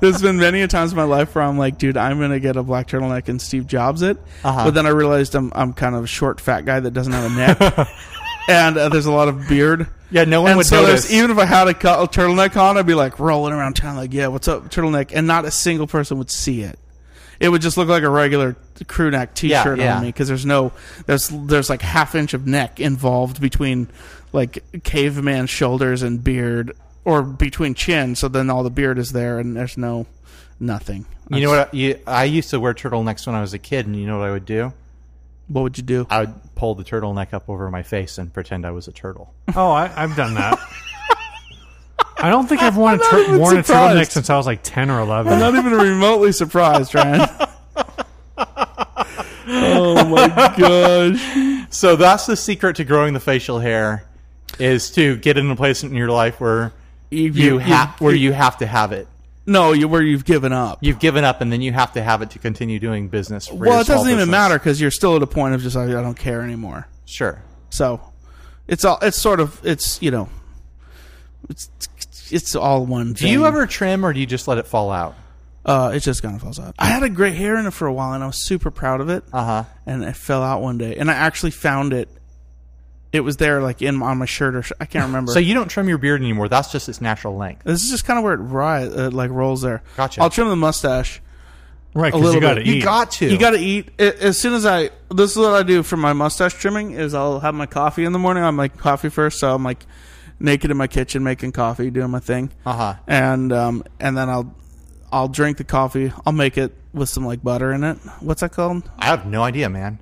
there's been many a times in my life where I'm like, dude, I'm gonna get a black turtleneck and Steve Jobs it, but then I realized I'm I'm kind of a short, fat guy that doesn't have a neck, and uh, there's a lot of beard. Yeah, no one and would so there's- notice. Even if I had a, co- a turtleneck on, I'd be like rolling around town, like, yeah, what's up, turtleneck, and not a single person would see it. It would just look like a regular crew neck T-shirt yeah. on me because there's no there's there's like half inch of neck involved between like caveman shoulders and beard or between chin. So then all the beard is there and there's no nothing. You know what? I- You, I used to wear turtlenecks when I was a kid, and you know what I would do? What would you do? I would pull the turtleneck up over my face and pretend I was a turtle. Oh, I, I've done (laughs) that. I don't think I've worn, a, tur- even worn a turtleneck surprised. since I was like 10 or 11. I'm not even remotely (laughs) surprised, Ryan. oh my gosh! (laughs) So that's the secret to growing the facial hair is to get in a place in your life where You, you have where you have to have it. no, you where you've given up. You've given up, and then you have to have it to continue doing business. For well, your it small doesn't even business. matter because you're still at a point of just like, I don't care anymore. Sure. So it's all it's sort of it's you know it's it's all one. Do you ever trim, or do you just let it fall out? Uh, it just kind of falls out. I had a gray hair in it for a while, and I was super proud of it. Uh huh. and it fell out one day, and I actually found it. It was there, like in on my shirt, or sh- (laughs) I can't remember. So you don't trim your beard anymore. That's just its natural length. this is just kind of where it ri- uh, like rolls there. Gotcha. I'll trim the mustache. right, a because you little got to bit. eat. You got to. You got to eat a- as soon as I. This is what I do for my mustache trimming: is I'll have my coffee in the morning. I'm like coffee first, so I'm like naked in my kitchen making coffee, doing my thing, Uh huh. and um, and then I'll I'll drink the coffee. I'll make it with some like butter in it. What's that called? I have no idea, man.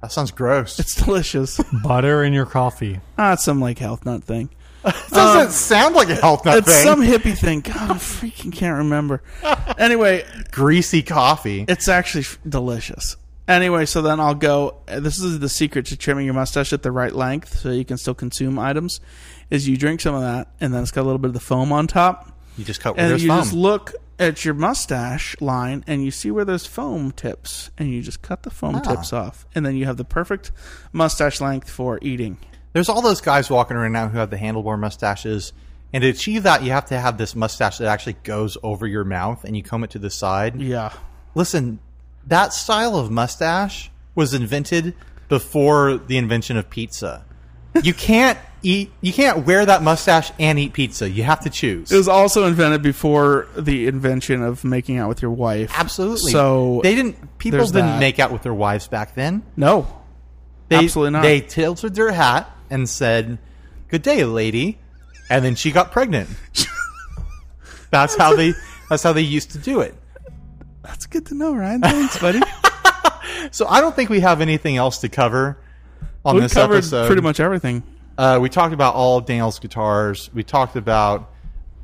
That sounds gross. It's delicious. butter in your coffee. ah, it's some like health nut thing. It doesn't sound like a health nut It's thing. some hippie thing. God, I freaking can't remember. Anyway, greasy coffee. it's actually f- delicious. Anyway, so then I'll go. uh, This is the secret to trimming your mustache at the right length, so you can still consume items. Is you drink some of that, and then it's got a little bit of the foam on top, You just cut where and there's you foam. just look at your mustache line, and you see where there's foam tips, and you just cut the foam Ah. tips off, and then you have the perfect mustache length for eating. There's all those guys walking around now who have the handlebar mustaches. And to achieve that, you have to have this mustache that actually goes over your mouth and you comb it to the side. Yeah, Listen, that style of mustache was invented before the invention of pizza. You can't eat, you can't wear that mustache and eat pizza. You have to choose. it was also invented before the invention of making out with your wife. Absolutely. So they didn't. People there's didn't that. make out with their wives back then. no. They, Absolutely not. They tilted their hat and said, "Good day, lady," and then she got (laughs) pregnant. that's how they. That's how they used to do it. That's good to know, Ryan. Thanks, buddy. So I don't think we have anything else to cover (laughs) on we this covered episode. pretty much everything. Uh, we talked about all of Daniel's guitars. We talked about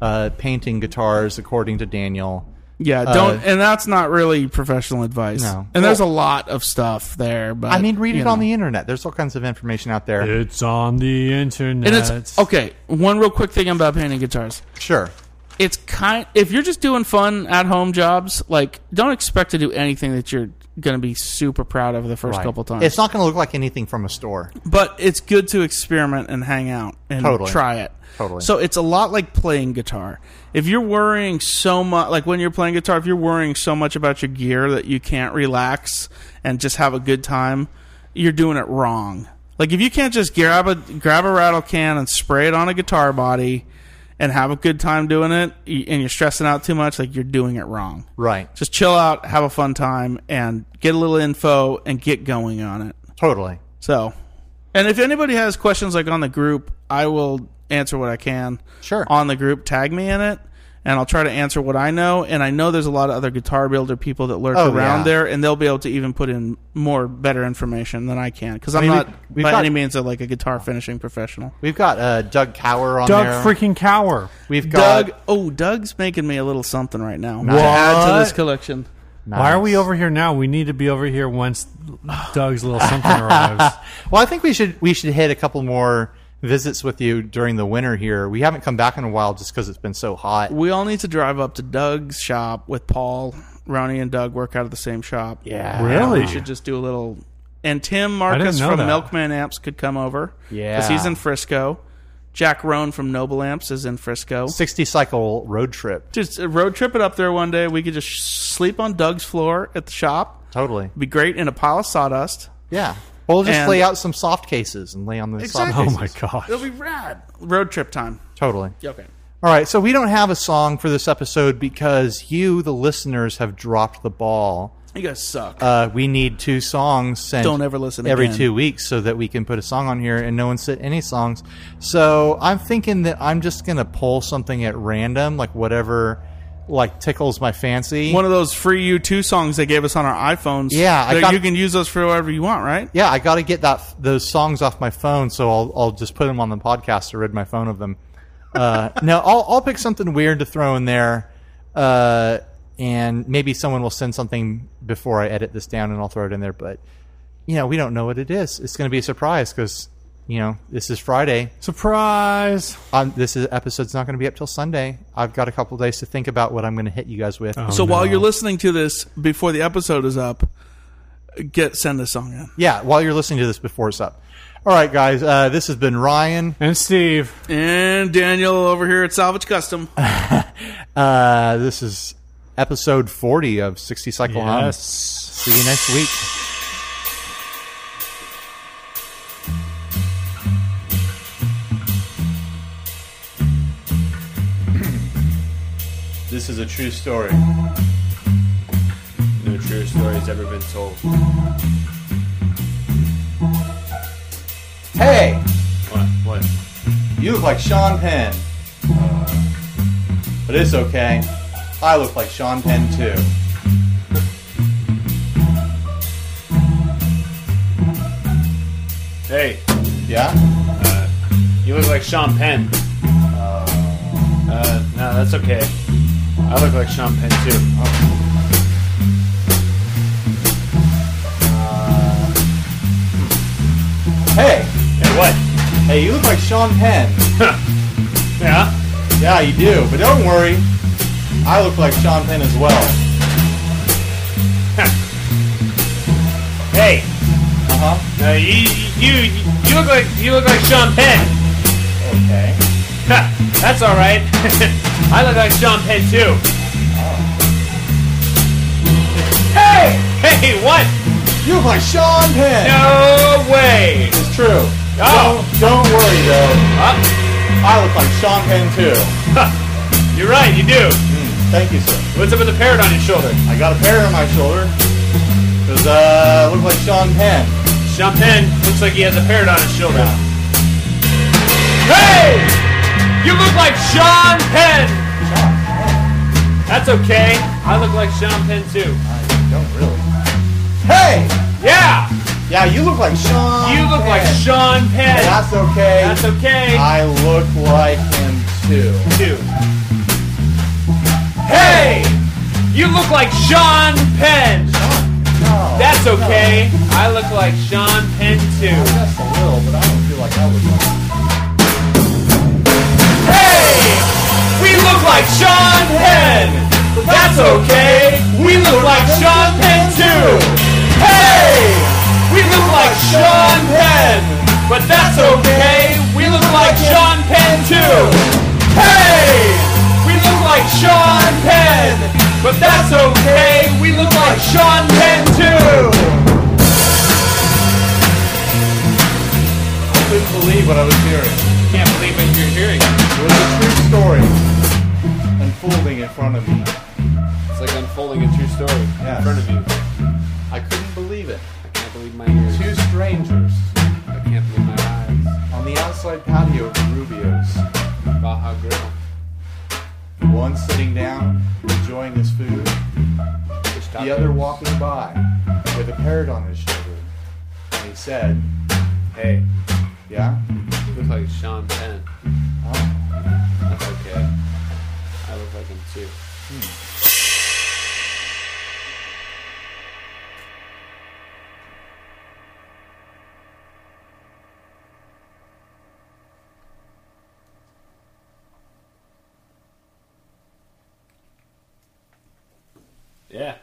uh, painting guitars according to Daniel. Yeah, don't. and that's not really professional advice. Uh, No. And there's a lot of stuff there, but I mean, read you it on know. the internet. There's all kinds of information out there. It's on the internet. And it's okay. One real quick thing about painting guitars. Sure. It's kind. If you're just doing fun at home jobs, like don't expect to do anything that you're going to be super proud of the first Right. couple times. It's not going to look like anything from a store. but it's good to experiment and hang out and Totally. try it. Totally. So it's a lot like playing guitar. If you're worrying so much, like when you're playing guitar, if you're worrying so much about your gear that you can't relax and just have a good time, you're doing it wrong. Like if you can't just grab a grab a rattle can and spray it on a guitar body and have a good time doing it, y- and you're stressing out too much, like you're doing it wrong. Right. Just chill out, have a fun time, and get a little info and get going on it. Totally. So, and if anybody has questions like on the group, I- I will answer what I can. Sure. On the group, tag me in it, and I'll try to answer what I know. And I know there's a lot of other guitar builder people that lurk Oh, around yeah. there, and they'll be able to even put in more better information than I can because I'm mean, not we- we've by got- any means a, like a guitar finishing professional. We've got uh, Doug Cower on Doug there. freaking Cower. We've got Doug, oh, Doug's making me a little something right now Nice. to add to this What? collection. Why are we Nice. over here now? We need to be over here (sighs) once Doug's little something (laughs) arrives. Well, I think we should we should hit a couple more visits with you during the winter here. We haven't come back in a while just because it's been so hot. We all need to drive up to Doug's shop with Paul. Ronnie and Doug work out of the same shop. Yeah. Really? We should just do a little. And Tim I Marcus didn't know from that. Milkman Amps could come over. Yeah. Because he's in Frisco. Jack Roan from Noble Amps is in Frisco. Sixty cycle road trip. Just uh, road trip it up there one day. We could just sh- sleep on Doug's floor at the shop. Totally. Be great in a pile of sawdust. Yeah. Well, we'll just And- lay out some soft cases and lay on the soft Exactly. oh cases. my gosh. It'll be rad. Road trip time. Totally. Okay. All right, so we don't have a song for this episode because you, the listeners, have dropped the ball. You guys suck. Uh, we need two songs sent Don't ever listen every again. two weeks so that we can put a song on here, and no one sent any songs. So I'm thinking that I'm just gonna pull something at random, like whatever, like tickles my fancy. one of those free U2 songs they gave us on our iPhones. Yeah, I That got- you can use those for whatever you want, right? yeah, I got to get that those songs off my phone, so I'll I'll just put them on the podcast to rid my phone of them. Uh, (laughs) no, I'll I'll pick something weird to throw in there, uh, and maybe someone will send something before I edit this down, and I'll throw it in there. But you know, we don't know what it is. It's going to be a surprise because you know this is Friday. Surprise. Um, this is, episode's not going to be up till Sunday. I've got a couple days to think about what I'm going to hit you guys with. So while you're listening to this before the episode is up, get send a song in. Yeah, while you're listening to this before it's up. All right, guys. Uh, this has been Ryan. And Steve. And Daniel over here at Salvage Custom. Uh, this is episode 40 of 60 Cycle Hum. Yes. See you next (clears throat) week. This is a true story. No true story has ever been told. Hey, What? What? you look like Sean Penn. But it's okay. I look like Sean Penn too. Hey, Yeah? you look like Sean Penn. Uh, no, that's okay. I look like Sean Penn too. Uh. Hey, Hey, what? hey, you look like Sean Penn. Yeah? Yeah, you do. But don't worry, I look like Sean Penn as well. Hey, Uh huh. uh, you, you you look like you look like Sean Penn. Okay. Ha, that's all right. (laughs) I look like Sean Penn too. Hey, hey, what? You look like Sean Penn. No way. It's true. Oh. Don't, don't worry though. Huh? I look like Sean Penn too. You're right. You do. Thank you, sir. What's up with the parrot on your shoulder? I got a parrot on my shoulder. Cause uh, I look like Sean Penn. Sean Penn looks like he has a parrot on his shoulder. Hey! You look like Sean Penn! That's okay. I look like Sean Penn too. I don't really. Hey! Yeah! Yeah, you look like Sean. You look like Penn. Sean Penn. That's okay. That's okay I look like him too. too. Hey! You look like Sean Penn. No, That's no. okay. I look like Sean Penn too. Just a little, but I don't feel like I look like. Hey! We look like Sean Penn! That's okay! We look like Sean Penn too! Hey! We look like Sean Penn! But that's okay! We look like Sean Penn too! Hey! We look like Sean Penn! But that's okay! We look like Sean Penn too! I couldn't believe what I was hearing. Can't believe what you're hearing. It was a true story unfolding in front of me. It's like unfolding a true story Yes. front of you. I couldn't believe it. I can't believe my ears. Two strangers I can't believe my eyes. on the outside. outside patio of Rubio's. Baja Grill. One sitting down, enjoying his food, Fish the other tacos. walking by with a parrot on his shoulder. And he said, Hey, yeah? You look like Sean Penn. Oh, That's okay. I look like him too. Hmm. Yeah.